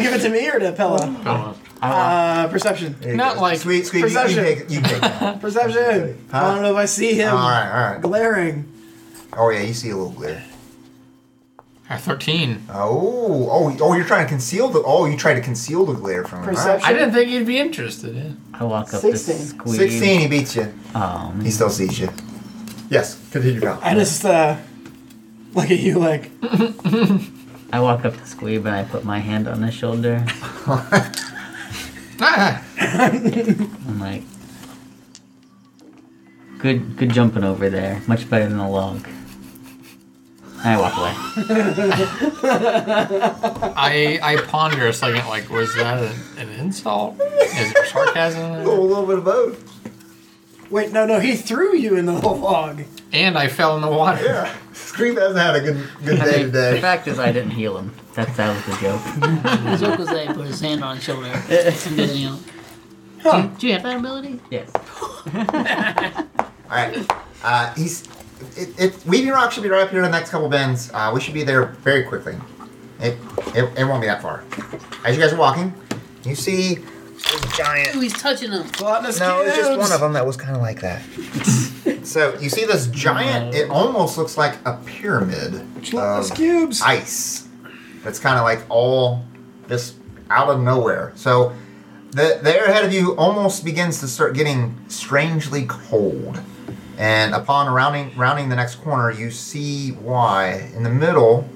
Speaker 4: give it to me or to Pella?
Speaker 2: Don't know.
Speaker 3: Ah.
Speaker 4: Uh, perception.
Speaker 3: There you
Speaker 2: Not
Speaker 3: go.
Speaker 2: like
Speaker 3: sweet, sweet. You, you
Speaker 4: perception.
Speaker 3: take, you take that.
Speaker 4: Perception.
Speaker 3: Huh?
Speaker 4: I don't know if I see him
Speaker 3: all right, all right.
Speaker 4: glaring.
Speaker 3: Oh yeah, you see a little glare.
Speaker 2: Uh, 13.
Speaker 3: Oh, oh, oh! You're trying to conceal the. Oh, you try to conceal the glare from him. All right.
Speaker 4: Perception.
Speaker 2: I didn't think he'd be interested in.
Speaker 6: I walk up to
Speaker 4: 16.
Speaker 6: squeeze.
Speaker 3: Sixteen. He beats you.
Speaker 6: Oh,
Speaker 3: He
Speaker 6: man.
Speaker 3: still sees you. Yes. Continue, pal.
Speaker 4: I just uh, look at you like
Speaker 6: I walk up to Squeeb and I put my hand on his shoulder.
Speaker 2: Ah!
Speaker 6: I'm like, good, good jumping over there. Much better than a log. I walk away.
Speaker 2: I, I ponder a second, like, was that an, an insult? Is there sarcasm? in
Speaker 3: Oh, a
Speaker 2: there?
Speaker 3: little bit of both.
Speaker 4: Wait, no, no, he threw you in the log.
Speaker 2: And I fell in the water.
Speaker 3: Yeah. Scream hasn't had a good good
Speaker 6: I
Speaker 3: day
Speaker 6: mean, the
Speaker 3: today.
Speaker 6: fact is, I didn't heal him. That's that was the joke.
Speaker 5: The joke was that he put his hand on his shoulder and didn't heal.
Speaker 4: Huh.
Speaker 5: Do you have that ability?
Speaker 6: Yes.
Speaker 3: All right. Uh, he's. It, it, Weaving Rock should be right up here in the next couple bins. Uh, we should be there very quickly. It, it, it won't be that far. As you guys are walking, you see this giant.
Speaker 5: Ooh, he's touching them.
Speaker 4: Gelatinous
Speaker 3: No, it was just
Speaker 4: cubes.
Speaker 3: one of um, them that was kind of like that. so you see this giant. It almost looks like a pyramid
Speaker 4: Gelatinous
Speaker 3: of
Speaker 4: cubes.
Speaker 3: ice. That's kind of like all just out of nowhere. So the, the air ahead of you almost begins to start getting strangely cold. And upon rounding rounding the next corner, you see why in the middle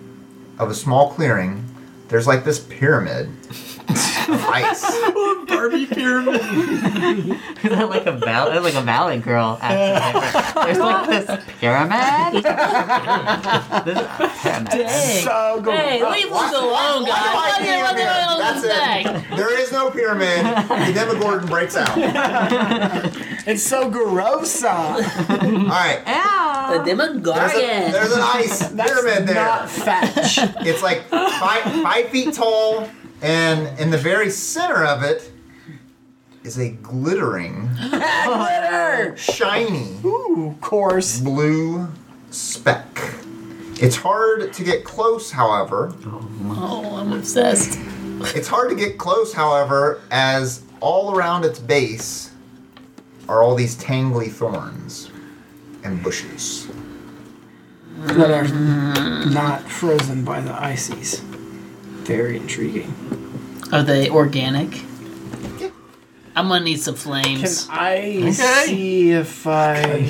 Speaker 3: of a small clearing, there's like this pyramid of ice.
Speaker 2: Barbie pyramid.
Speaker 6: Is that like a valley? That's like a valley girl accent. There's like this pyramid. this pyramid.
Speaker 5: Hey.
Speaker 4: So go.
Speaker 5: Hey, leave us alone, guys. Why do you want
Speaker 3: That's
Speaker 5: to go
Speaker 3: it.
Speaker 5: back?
Speaker 3: There is no pyramid. The Demogorgon breaks out.
Speaker 4: It's so gross. uh,
Speaker 3: All right.
Speaker 5: The
Speaker 3: There's, a-
Speaker 5: Demogorgon.
Speaker 3: there's an ice pyramid there.
Speaker 4: Not fetch.
Speaker 3: It's like five, five feet tall, and in the very center of it is a glittering, shiny
Speaker 4: Ooh, coarse.
Speaker 3: blue speck. It's hard to get close, however.
Speaker 5: Oh, I'm obsessed.
Speaker 3: It's hard to get close, however, as all around its base are all these tangly thorns and bushes.
Speaker 4: that are not frozen by the ices. Very intriguing.
Speaker 5: Are they organic?
Speaker 3: Yeah.
Speaker 5: I'm gonna need some
Speaker 4: Can
Speaker 5: flames.
Speaker 4: I see if I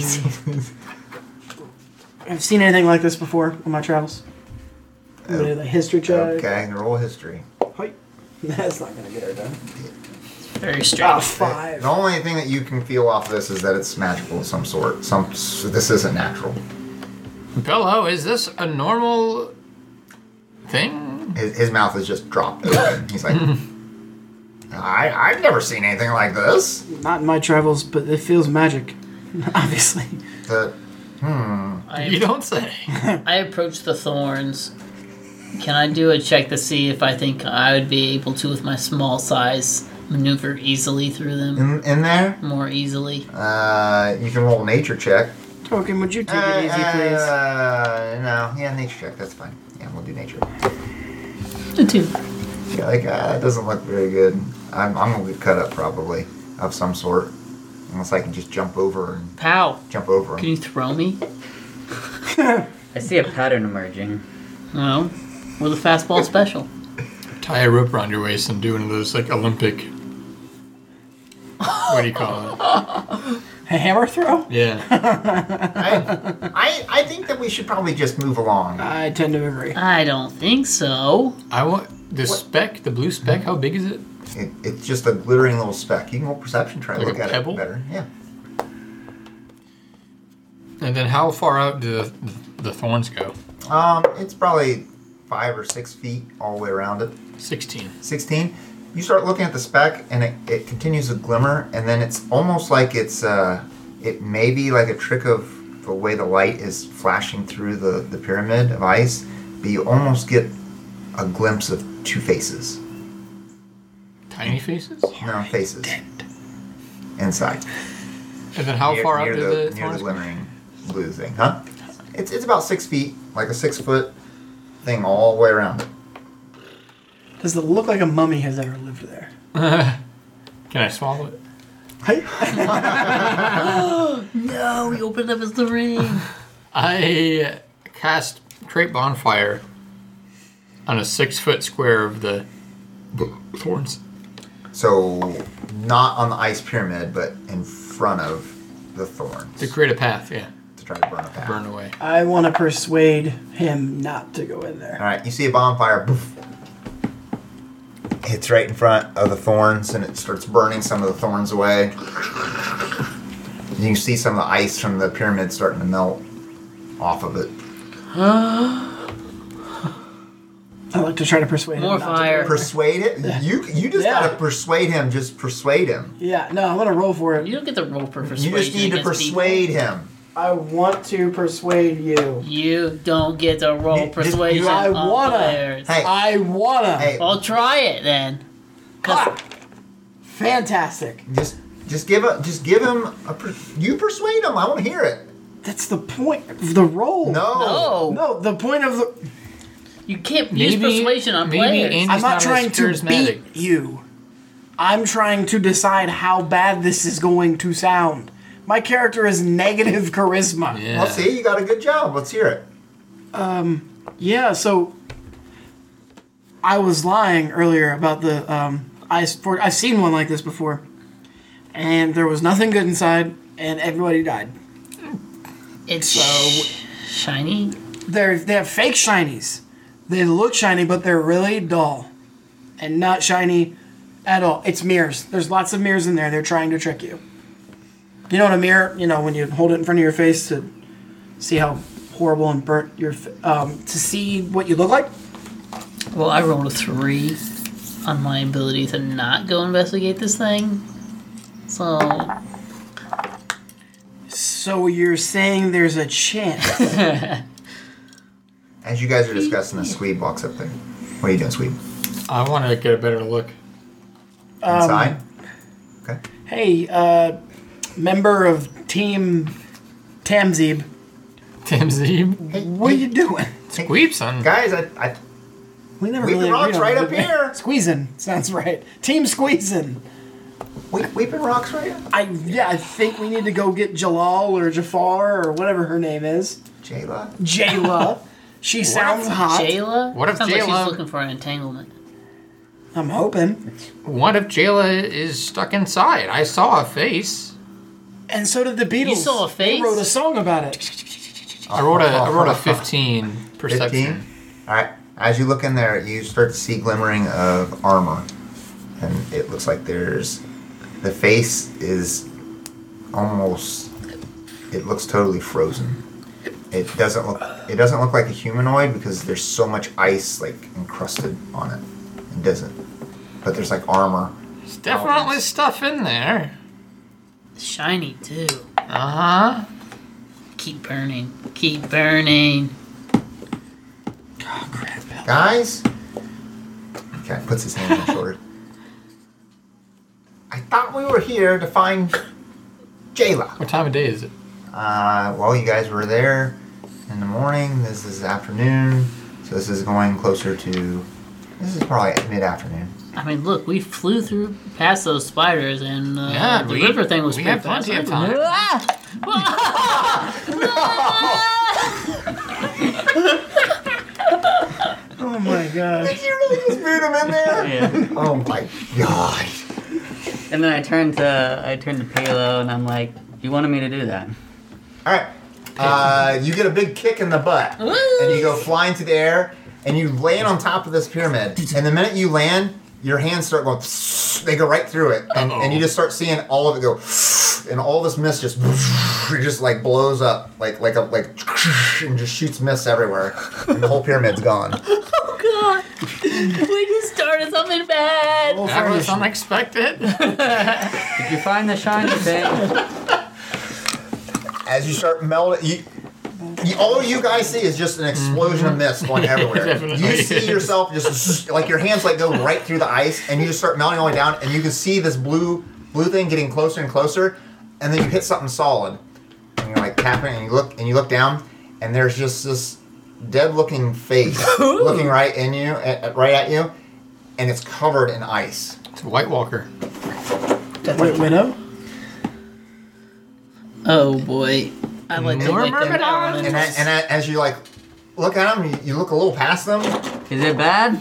Speaker 4: I've seen anything like
Speaker 3: Oh.
Speaker 4: this before on my travels? I'm gonna do the history check.
Speaker 3: Okay, roll history.
Speaker 4: Hoi. That's not gonna get her done.
Speaker 5: Very
Speaker 4: Ah,
Speaker 5: strange.
Speaker 4: five.
Speaker 3: The only thing that you can feel off this is that it's magical of some sort. Some this isn't natural.
Speaker 2: Bello, is this a normal thing?
Speaker 3: His, his mouth is just dropped open. He's like, I I've never seen anything like this.
Speaker 4: Not in my travels, but it feels magic. Obviously.
Speaker 3: The
Speaker 2: You
Speaker 5: I,
Speaker 2: don't say.
Speaker 5: I approach the thorns. Can I do a check to see if I think I would be able to, with my small size, maneuver easily through them?
Speaker 3: in, in there,
Speaker 5: More easily.
Speaker 3: uh, you can roll a nature check.
Speaker 4: Token, would you take
Speaker 3: uh,
Speaker 4: it easy, please?
Speaker 3: uh, no, yeah, nature check. That's fine. Yeah, we'll do nature.
Speaker 5: The two.
Speaker 3: Yeah, like uh, that doesn't look very good. I'm I'm gonna get cut up probably of some sort, unless I can just jump over and
Speaker 5: Pow!
Speaker 3: jump over.
Speaker 5: Can you throw me?
Speaker 6: I see a pattern emerging.
Speaker 5: Well, with a fastball special.
Speaker 2: Tie a rope around your waist and do one of those like Olympic. What do you call it?
Speaker 4: A hammer throw?
Speaker 2: Yeah.
Speaker 3: I, I I think that we should probably just move along.
Speaker 4: I tend to agree.
Speaker 5: I don't think so.
Speaker 2: I want the speck, the blue speck. How big is it?
Speaker 3: It, it's just a glittering little speck. You can roll perception, try to
Speaker 2: Like a
Speaker 3: look at
Speaker 2: pebble?
Speaker 3: it better. Yeah.
Speaker 2: And then how far out do the, the thorns go?
Speaker 3: Um, it's probably five or six feet all the way around it.
Speaker 2: 16.
Speaker 3: 16. You start looking at the speck, and it, it continues to glimmer, and then it's almost like it's uh, it may be like a trick of the way the light is flashing through the the pyramid of ice, but you almost get a glimpse of two faces.
Speaker 2: Tiny faces?
Speaker 3: No faces. Inside.
Speaker 2: And then how
Speaker 3: near,
Speaker 2: far out
Speaker 3: near
Speaker 2: do
Speaker 3: the,
Speaker 2: the,
Speaker 3: near the
Speaker 2: thorns go?
Speaker 3: glimmering blue thing, huh? It's it's about six feet, like a six foot thing all the way around it.
Speaker 4: Does it look like a mummy has ever lived there?
Speaker 2: Can I swallow it?
Speaker 4: Hey,
Speaker 5: No, Oh, he opened up his the ring.
Speaker 2: I cast Create Bonfire on a six foot square of the thorns.
Speaker 3: So not on the ice pyramid, but in front of the thorns
Speaker 2: To create a path, yeah.
Speaker 3: to try to burn a path.
Speaker 2: Burn away.
Speaker 4: I want to persuade him not to go in
Speaker 3: All
Speaker 4: there.
Speaker 3: right, you see a bonfire. Poof. It's right in front of the thorns, and it starts burning some of the thorns away. And you see some of the ice from the pyramid starting to melt off of it.
Speaker 4: I like to try to persuade
Speaker 5: More
Speaker 4: him. not to
Speaker 5: fire.
Speaker 4: go in there.
Speaker 3: Persuade it. You you just
Speaker 4: Yeah.
Speaker 3: gotta persuade him. Just persuade him.
Speaker 4: Yeah, no, I'm gonna roll for it.
Speaker 5: You don't get the rope for persuasion.
Speaker 3: You just need to
Speaker 5: against people.
Speaker 3: persuade him.
Speaker 4: I want to persuade you.
Speaker 5: You don't get to roll
Speaker 3: You-
Speaker 5: persuasion.
Speaker 3: you-
Speaker 4: I
Speaker 5: on
Speaker 4: wanna.
Speaker 5: players.
Speaker 3: Hey.
Speaker 4: I wanna.
Speaker 3: Hey,
Speaker 5: I'll try it then. 'Cause
Speaker 4: Ah! Fantastic.
Speaker 3: just just give a just give him a. Per, you persuade him. I want to hear it.
Speaker 4: That's the point of the roll.
Speaker 3: No.
Speaker 5: no,
Speaker 4: No, the point of the.
Speaker 5: you can't use persuasion on
Speaker 2: maybe
Speaker 5: players.
Speaker 2: Andy's
Speaker 4: I'm not
Speaker 2: as
Speaker 4: trying to
Speaker 2: charismatic.
Speaker 4: beat you. I'm trying to decide how bad this is going to sound. My character is negative charisma.
Speaker 2: Yeah.
Speaker 3: Well, see, you got a good job. Let's hear it.
Speaker 4: Yeah, so I was lying earlier about the um, ice fort. I've seen one like this before, and there was nothing good inside, and everybody died.
Speaker 5: it's
Speaker 4: So-
Speaker 5: shiny.
Speaker 4: They're they have fake shinies. They look shiny, but they're really dull, and not shiny at all. It's mirrors. There's lots of mirrors in there. They're trying to trick you. You know what a mirror? You know when you hold it in front of your face to see how horrible and burnt your f- um, to see what you look like.
Speaker 5: Well, I rolled a three on my ability to not go investigate this thing. So
Speaker 4: So you're saying there's a chance?
Speaker 3: As you guys are discussing this, Swede walks up there. What are you doing, Swede?
Speaker 2: I want to get a better look.
Speaker 4: Um,
Speaker 3: Inside? okay.
Speaker 4: hey, uh, member of Team Tamzib,
Speaker 2: Tim Zeeb.
Speaker 4: what are you doing?
Speaker 2: Squeep, son.
Speaker 3: Guys, I, I
Speaker 4: We never
Speaker 3: Weep and Rock's right
Speaker 4: agreed on that,
Speaker 3: up
Speaker 4: did we?
Speaker 3: here.
Speaker 4: Squeezing sounds right. Team squeezing.
Speaker 3: we, Weeping Rock's right now?
Speaker 4: I yeah, I think we need to go get Jalal or Jafar or whatever her name is.
Speaker 3: Jayla?
Speaker 4: Jayla. She sounds hot.
Speaker 5: Jayla.
Speaker 2: What if
Speaker 5: Sounds like
Speaker 2: Jayla-
Speaker 5: she's looking for an entanglement?
Speaker 4: I'm hoping.
Speaker 2: What if Jayla is stuck inside? I saw a face.
Speaker 4: And so did the Beatles.
Speaker 5: You saw a
Speaker 4: They
Speaker 5: face?
Speaker 4: wrote a song about it.
Speaker 2: I wrote a I wrote a 15 perception.
Speaker 3: 15? All right. As you look in there, you start to see glimmering of armor, and it looks like there's the face is almost. It looks totally frozen. It doesn't look. It doesn't look like a humanoid because there's so much ice like encrusted on it. It doesn't. But there's like armor.
Speaker 2: There's definitely stuff in there.
Speaker 5: Shiny too.
Speaker 2: Uh huh.
Speaker 5: Keep burning. Keep burning.
Speaker 3: Guys? Okay, puts his hand on his shoulder. I thought we were here to find Jayla.
Speaker 2: What time of day is it?
Speaker 3: Uh, well, you guys were there in the morning. This is afternoon. So this is going closer to. This is probably mid afternoon.
Speaker 5: I mean, look, we flew through past those spiders, and uh,
Speaker 2: Yeah,
Speaker 5: the
Speaker 2: we-
Speaker 5: river thing was
Speaker 2: we
Speaker 5: pretty
Speaker 2: had plenty
Speaker 5: fast.
Speaker 2: of time.
Speaker 5: Ah!
Speaker 4: Oh my gosh.
Speaker 3: Did you really just boot him in there?
Speaker 6: Yeah.
Speaker 3: Oh my god.
Speaker 6: And then I turned to I turned to Palo and I'm like, "You wanted me to do that."
Speaker 3: Alright. Uh, you get a big kick in the butt. and you go flying through the air, and you land on top of this pyramid. And the minute you land, your hands start going. They go right through it, and, and you just start seeing all of it go, and all this mist just it just like blows up, like like a like, and just shoots mist everywhere, and the whole pyramid's gone.
Speaker 5: God, we just started something bad.
Speaker 4: Well,
Speaker 2: That was
Speaker 4: furnished.
Speaker 2: unexpected.
Speaker 6: Did you find the shiny thing?
Speaker 3: As you start melting, you. you- All you guys see is just an explosion of mist going everywhere.
Speaker 2: Definitely.
Speaker 3: you see yourself just like your hands like go right through the ice, and you just start melting all the way down, and you can see this blue blue thing getting closer and closer, and then you hit something solid, and you're like tapping, and you look and you look down, and there's just this dead looking face looking right in you, at, at- right at you, and it's covered in ice.
Speaker 2: It's a White Walker.
Speaker 4: Wait, Widow?
Speaker 5: Oh boy, I like to
Speaker 2: More
Speaker 5: lick them
Speaker 2: myrmidons?
Speaker 3: And, a-
Speaker 5: elements.
Speaker 3: and a- as you like look at them, you, you look a little past them,
Speaker 6: Is it bad?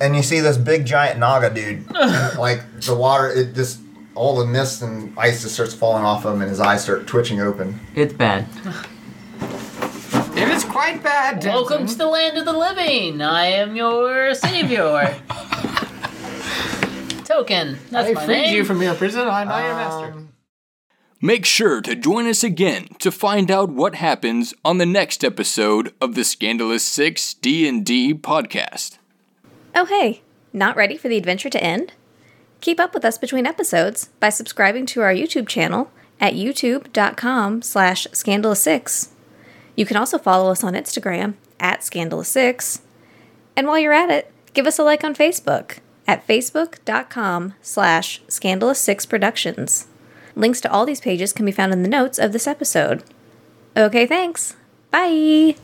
Speaker 3: and you see this big giant naga dude and, like the water it just all the mist and ice just starts falling off him and his eyes start twitching open
Speaker 6: It's bad.
Speaker 2: It is quite bad.
Speaker 5: Welcome
Speaker 2: Denton.
Speaker 5: to the land of the living. I am your savior. Token, that's
Speaker 2: I
Speaker 5: my
Speaker 2: freed
Speaker 5: name. Um,
Speaker 2: you from your prison. I'm not your master.
Speaker 7: Make sure to join us again to find out what happens on the next episode of the Scandalous 6 D&D podcast.
Speaker 1: Oh, hey, not ready for the adventure to end? Keep up with us between episodes by subscribing to our YouTube channel at youtube.com slash scandalous6. You can also follow us on Instagram at scandalous6. And while you're at it, give us a like on Facebook at facebook.com slash scandalous6productions. Links to all these pages can be found in the notes of this episode. Okay, thanks. Bye.